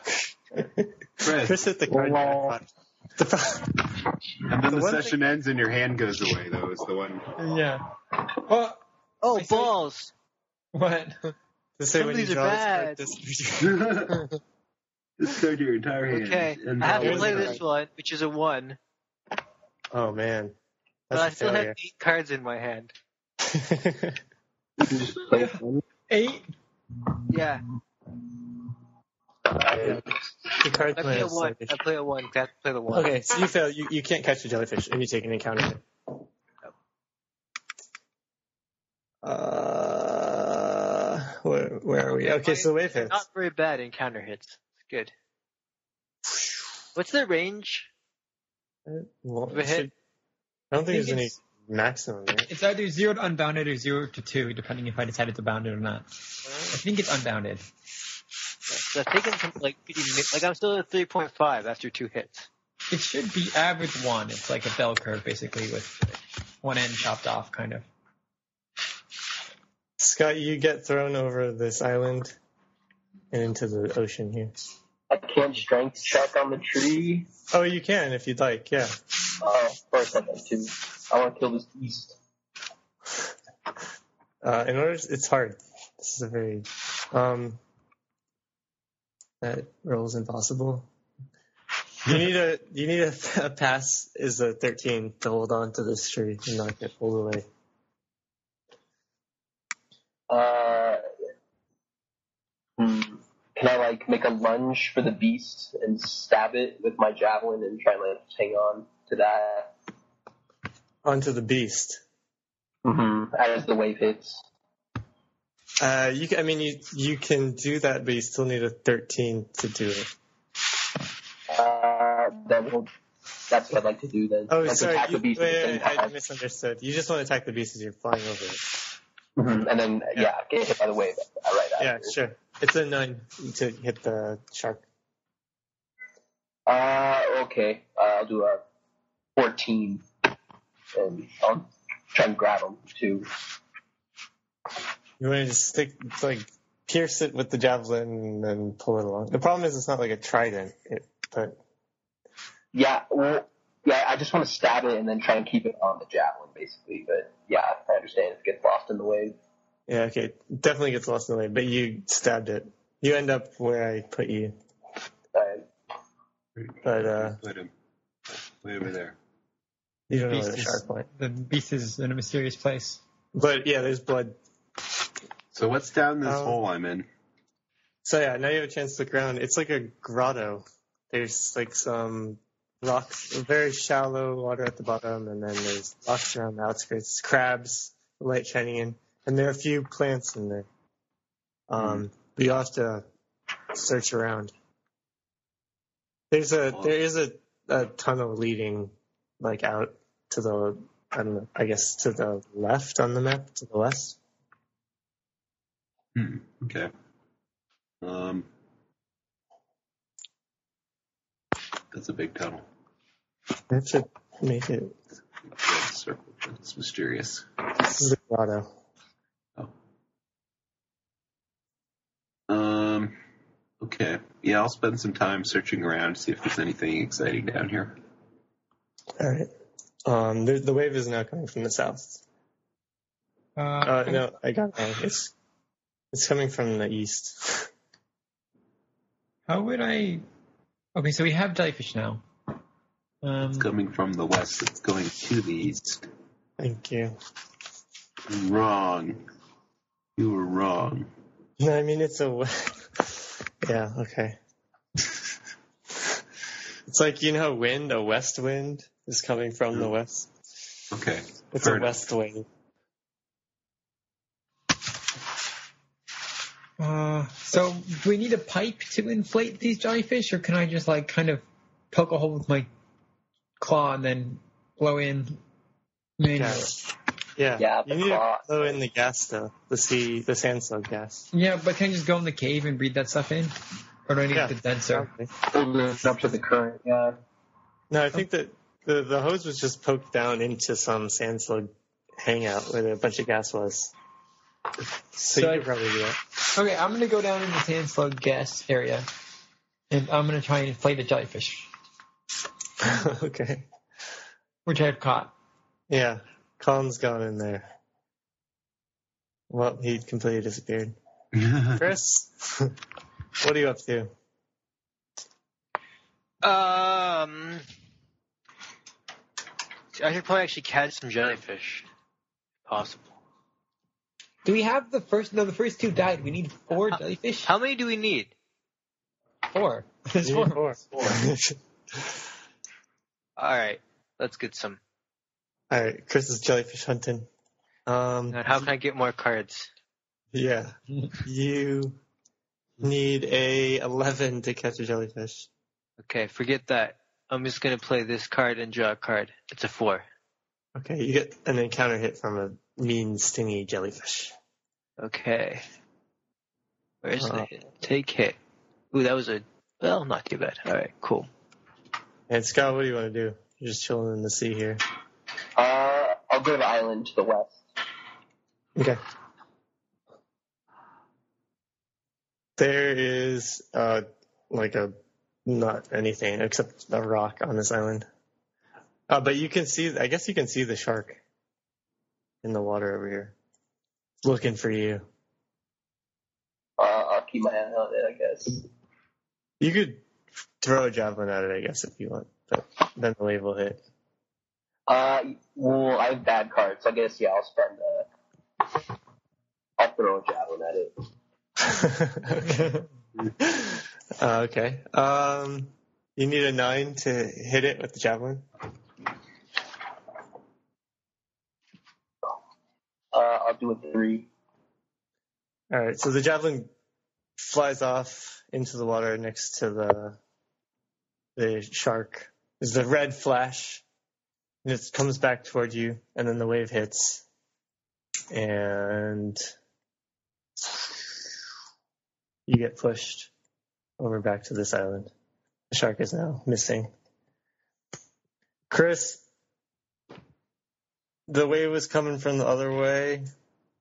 B: Chris,
A: Chris hit the card.
F: Wow.
A: The pro-
B: and then the,
A: one thing-
B: session ends and your hand goes away. Though is the one.
G: Yeah. Well,
D: Oh
G: I see.
D: balls!
G: what?
A: to say
D: Some
A: when
D: of
A: you
D: these
A: draw
D: are
A: this card,
D: bad.
A: this-
B: Just go to your entire hand.
D: Okay.
B: and
D: I have to
B: draw
A: was
D: play
B: one
A: the
D: this
B: card.
D: one, which is a one,
A: oh man,
D: but I
A: that's a
D: still have
A: failure.
D: eight cards in my hand.
F: You can just play
G: Yeah.
F: one.
G: Eight?
D: Yeah.
A: the card plan
D: I play a
A: is
D: one.
A: selfish.
D: I play a one. I play the one.
A: Okay, so you fail. You, you can't catch the jellyfish, and you take an encounter. hit. Uh, where, where are we? Okay, so the wave hits.
D: Not very bad encounter hits. It's good. What's the range?
A: Well,
D: The
A: it
D: hit.
A: should- I don't think
G: I
A: there's
G: think
A: any maximum. Right?
G: It's either zero to unbounded or zero to two, depending if I decided to bound it or not. I think it's unbounded.
D: Uh, I think I'm from, like pretty mi- like I'm still at 3.5 after two hits.
G: It should be average one. It's like a bell curve, basically, with one end chopped off, kind of.
A: Scott, you get thrown over this island and into the ocean here.
F: I can't strength check on the tree.
A: Oh, you can if you'd like. Yeah.
F: Oh, of course I can too. I want to kill this beast.
A: Uh, in order, it's hard. This is a very um, that roll's impossible. You need a you need a, a pass is a thirteen to hold on to this tree and not get pulled away.
F: Uh, hmm. Can I like make a lunge for the beast and stab it with my javelin and try and like just hang on to that
A: Onto the beast.
F: mm-hmm. as the wave hits?
A: Uh, you can, I mean you you can do that, but you still need a thirteen to do it.
F: Uh, that will. That's what I'd like to do then.
A: Oh,
F: Like,
A: sorry.
F: attack
A: You,
F: the beast
A: wait,
F: at the
A: wait,
F: same
A: wait, I
F: time.
A: misunderstood. You just want to attack the beast as you're flying over it.
F: Mhm, And then yeah, get hit by the wave uh, right
A: Yeah,
F: after.
A: sure. It's a nine to hit the shark.
F: Uh, okay. Uh, I'll do a 14. And I'll try and grab him, too.
A: You want to just stick, like, pierce it with the javelin and pull it along. The problem is it's not like a trident, it, but
F: Yeah, well, yeah, I just want to stab it and then try and keep it on the javelin, basically. But yeah, I understand if it gets lost in the wave.
A: yeah, okay, It definitely gets lost in the way. But you stabbed it. You end up where I put you,
F: I-
A: but uh,
B: Put him. Put him in there.
A: you don't know where the
G: Beast is-
A: shark went.
G: The beast is in a mysterious place.
A: But yeah, there's blood.
B: So what's down this
A: Um,
B: hole I'm in?
A: So yeah, now you have a chance to look around. It's like a grotto. There's like some rocks, very shallow water at the bottom, and then there's rocks around the outskirts, crabs, light shining in, and there are a few plants in there. Um, but you have to search around. There's a
B: Well-
A: there is a, a tunnel leading like out to the I don't know, I guess to the left on the map to the west.
B: Hmm, okay. Um, that's a big tunnel.
A: That should make it.
B: It's a circle, but it's mysterious.
A: This is a grotto.
B: Um, okay. Yeah, I'll spend some time searching around to see if there's anything exciting down here.
A: All right. Um, the, the wave is now coming from the south.
G: Uh,
A: Uh, no, I got it. wrong. It's it's coming from the east.
G: How would I? Okay, so we have jellyfish now. Um,
B: It's coming from the west. It's going to the east.
A: Thank you.
B: Wrong. You were wrong.
A: No, I mean it's a. wa- yeah. Okay. It's like you know how wind, a west wind, is coming from the west.
B: Okay.
A: It's
B: Fair
A: a
B: enough.
A: west wind.
G: uh, so do we need a pipe to inflate these jellyfish, or can I just like kind of poke a hole with my claw and then blow in? Manually?
A: Gas. Yeah.
F: Yeah,
A: You
F: the
A: need to
F: claw.
A: blow in the gas though. The sea, the sand slug gas.
G: Yeah, but can I just go in the cave and breathe that stuff in, or do I need
A: Yeah.
G: the denser?
A: Probably.
F: Hold it up to the current. Yeah.
A: No, I think that the the hose was just poked down into some sand slug hangout where a bunch of gas was. So,
G: So
A: you
G: I-
A: could probably do that.
G: Okay, I'm gonna go down in the sand slug gas area, and I'm gonna try and inflate a jellyfish,
A: okay.
G: which I've caught.
A: Yeah. Colin's gone in there. Well, he completely disappeared. Chris, what are you up to?
D: Um, I should probably actually catch some jellyfish, if possible.
G: Do we have the first? No, the first two died. We need four jellyfish.
D: How many do we need?
G: Four. There's
A: You
G: four.
A: need four.
D: All right, let's get some.
A: All right, Chris is jellyfish hunting. Um,
D: Now, how can I get more cards?
A: yeah, you need a eleven to catch a jellyfish.
D: Okay, forget that. I'm just gonna play this card and draw a card. It's a four.
A: Okay, you get an encounter hit from a mean stingy jellyfish.
D: Okay. Where's
A: Uh.
D: the hit? Take hit. Ooh, that was a well, not too bad. All right, cool.
A: And Scott, what do you want to do? You're just chilling in the sea here.
F: Uh, I'll go to the island to the west.
A: Okay. There is uh like a not anything except a rock on this island. Uh, but you can see I guess you can see the shark in the water over here. Looking for you.
F: Uh, I'll keep my eye on it, I guess.
A: You could throw a javelin at it, I guess, if you want. But then the wave will hit.
F: Uh, well, I have bad cards. I guess yeah, I'll spend. Uh, I'll throw a javelin at it.
A: Uh, okay. Um, you need a nine to hit it with the javelin.
F: Uh, I'll do a three.
A: All right. So the javelin flies off into the water next to the the shark. There's a red flash, and it comes back toward you, and then the wave hits, and you get pushed over back to this island. The shark is now missing. Chris, the wave was coming from the other way.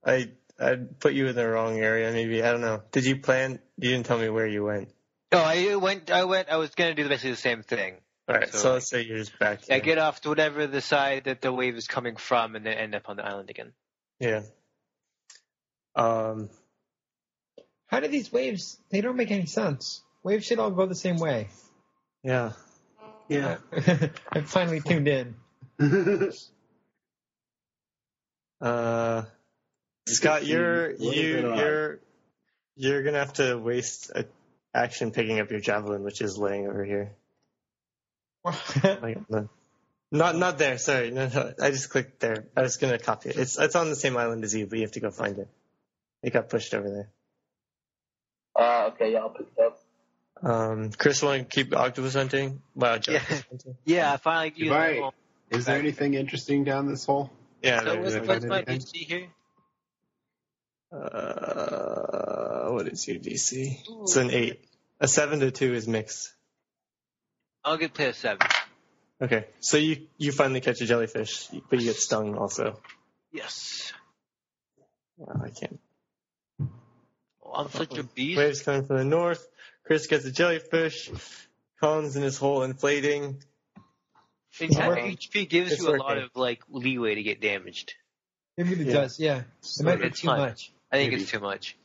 A: I I'd put you in the wrong area. Maybe I don't know. Did you plan? You didn't tell me where you went.
D: No, Oh, I went. I went. I was gonna do basically the same thing.
A: All right. So,
D: So-
A: let's say you're just back.
D: I
A: Here.
D: get off to whatever the side that the wave is coming from, and then end up on the island again.
A: Yeah. Um.
G: How do these waves? They don't make any sense. Waves should all go the same way.
A: Yeah.
B: Yeah.
G: I finally tuned in.
A: Uh. Scott, you're
B: little
A: you
B: bit odd.
A: you're you're gonna have to waste a action picking up your javelin, which is laying over here. Like, no. Not not there. Sorry, no, no. I just clicked there. I was gonna copy it. It's it's on the same island as you, but you have to go find it. It got pushed over there.
F: Uh, okay, yeah, I'll pick it up.
A: Um, Chris, want to keep octopus hunting? Wow,
D: Yeah.
A: octopus hunting.
D: Yeah, I finally used my
B: Right.
D: home.
B: Is there anything interesting down this hole?
A: Yeah.
D: So
A: there
D: what's,
A: is.
B: Right.
D: what's my
B: Anything?
D: BC here?
A: Uh, what is your DC? It's an eight. A seven to two is mixed.
D: I'll get play a seven.
A: Okay, so you you finally catch a jellyfish, but you get stung also.
D: Yes.
A: Wow, I can't.
D: Oh, I'm such a beast.
A: Waves coming from the north. Chris gets a jellyfish. Colin's in his hole inflating.
D: Things
A: It's
D: that
A: working.
D: HP gives
A: It's
D: you a lot
A: working.
D: of like leeway to get damaged.
G: Maybe it
A: Yeah.
G: does. Yeah, it might be
D: It's
G: too
D: fine.
G: much.
D: I think
B: Maybe.
D: it's too much.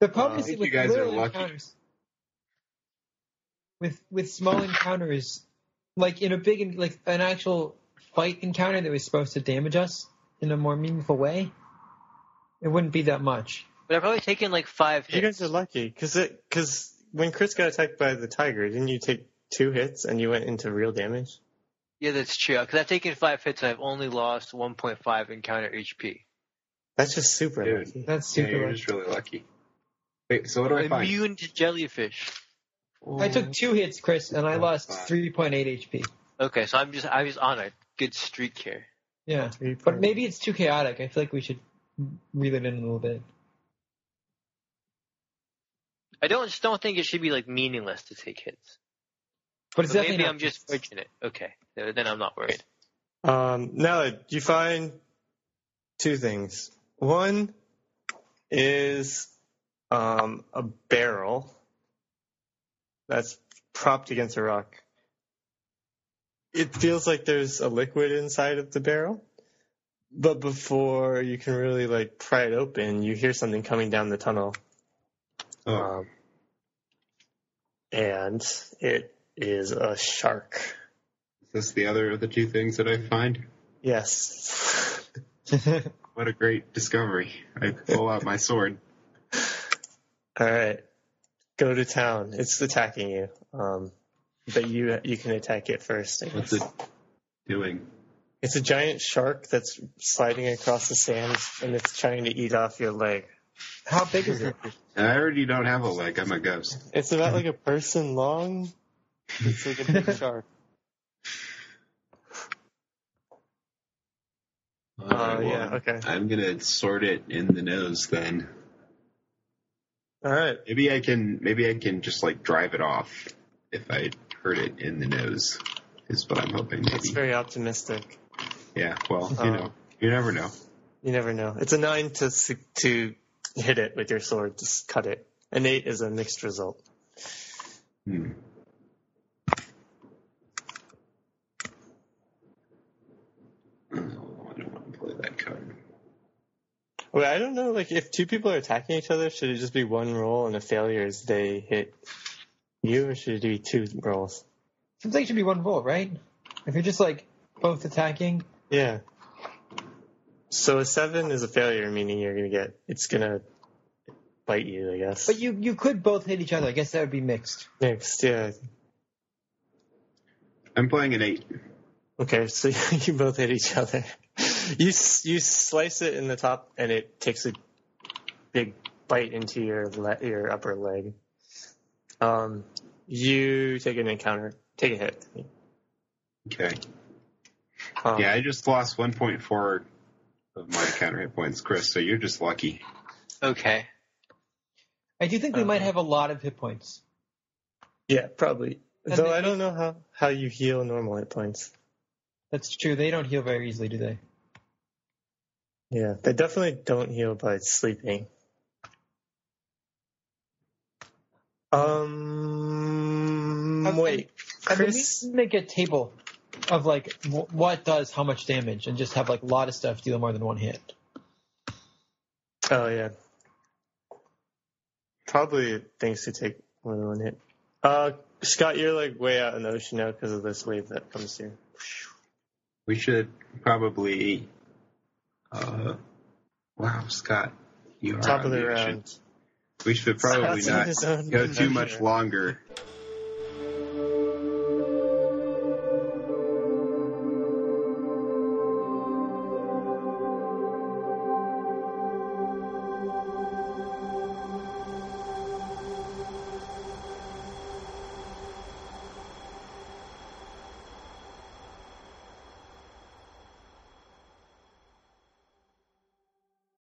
G: The problem
A: Uh, I
G: is
B: think
G: that with
B: you guys are
G: little
B: lucky.
G: encounters, with with small encounters, like in a big en- like an actual fight encounter that was supposed to damage us in a more meaningful way, it wouldn't be that much.
D: But I've probably taken like five hits.
A: You guys are lucky because it because when Chris got attacked by the tiger, didn't you take two hits and you went into real damage?
D: Yeah, that's true. Because I've taken five hits and I've only lost 1.5 encounter HP.
A: That's just super
B: Dude.
A: lucky.
G: That's
B: Yeah,
G: super.
B: you're
G: lucky.
B: just really lucky. Wait, so what do I find?
D: Immune to jellyfish.
G: I took two hits, Chris, and I
B: Oh,
G: lost
B: Fine.
G: 3.8 HP.
D: Okay, so I'm just I'm just on a good streak here.
G: Yeah,
A: Three
G: but
B: Oh.
A: point-
G: maybe it's too chaotic. I feel like we should reel it in a little bit.
D: I don't just don't think it should be like meaningless to take hits.
G: But it's
D: But
G: definitely
D: maybe
G: not
D: I'm just fortunate. Okay, so then I'm not worried.
A: Um, now you find two things. One is um, a barrel that's propped against a rock. It feels like there's a liquid inside of the barrel, but before you can really like pry it open, you hear something coming down the tunnel.
B: Oh,
A: Um, and it is a shark.
B: is this the other of the two things that I find?
A: Yes.
B: What a great discovery. I pull out my sword.
A: All right, go to town. It's attacking you, um, but you you can attack it first. I
B: What's
A: guess.
B: it doing?
A: It's a giant shark that's sliding across the sand, and it's trying to eat off your leg.
G: how big is it?
B: I already don't have a leg. I'm a ghost.
A: It's about like a person long. It's like a big shark.
B: Oh,
A: Oh yeah, okay.
B: I'm gonna sort it in the nose then.
A: All right,
B: Maybe I can. Maybe I can just like drive it off if I hurt it in the nose. Is what I'm hoping.
A: it's
B: Maybe.
A: very optimistic.
B: Yeah. Well, you
A: Uh,
B: know, you never know.
A: You never know. It's a nine to s- to hit it with your sword. Just cut it. An eight is a mixed result.
B: Hmm. Oh, I don't want to play that card.
A: Wait, I don't know. Like, if two people are attacking each other, should it just be one roll and a failure is they hit you, or should it be two rolls?
G: Seems like it should be one roll, right? If you're just like both attacking,
A: Yeah. So a seven is a failure, meaning you're gonna get it's gonna bite you, I guess.
G: but you you could both hit each other. I guess that would be mixed.
A: Next, yeah.
B: I'm playing an eight.
A: Okay, so you both hit each other. You s- you slice it in the top, and it takes a big bite into your le- your upper leg. Um, you take an encounter, take a hit.
B: Okay.
A: Um,
B: Yeah, I just lost 1.4 of my counter hit points, Chris. So you're just lucky.
D: Okay.
G: I do think we might
A: Uh-huh.
G: have a lot of hit points.
A: Yeah, probably.
G: And
A: Though
G: they-
A: I don't know how, how you heal normal hit points.
G: That's true. They don't heal very easily, do they?
A: Yeah, they definitely don't heal by sleeping. Um, wait, Chris.
G: Can we make a table of like wh- what does how much damage, and just have like a lot of stuff deal more than one hit.
A: Oh yeah, probably things to take more than one hit. Uh, Scott, you're like way out in the ocean now because of this wave that comes here.
B: We should probably. Uh, wow, Scott, you are
A: Top of
B: on
A: the
B: the ocean.
A: round.
B: We should probably
A: Scott's on his
B: not
A: own
B: go too much
A: adventure.
B: longer.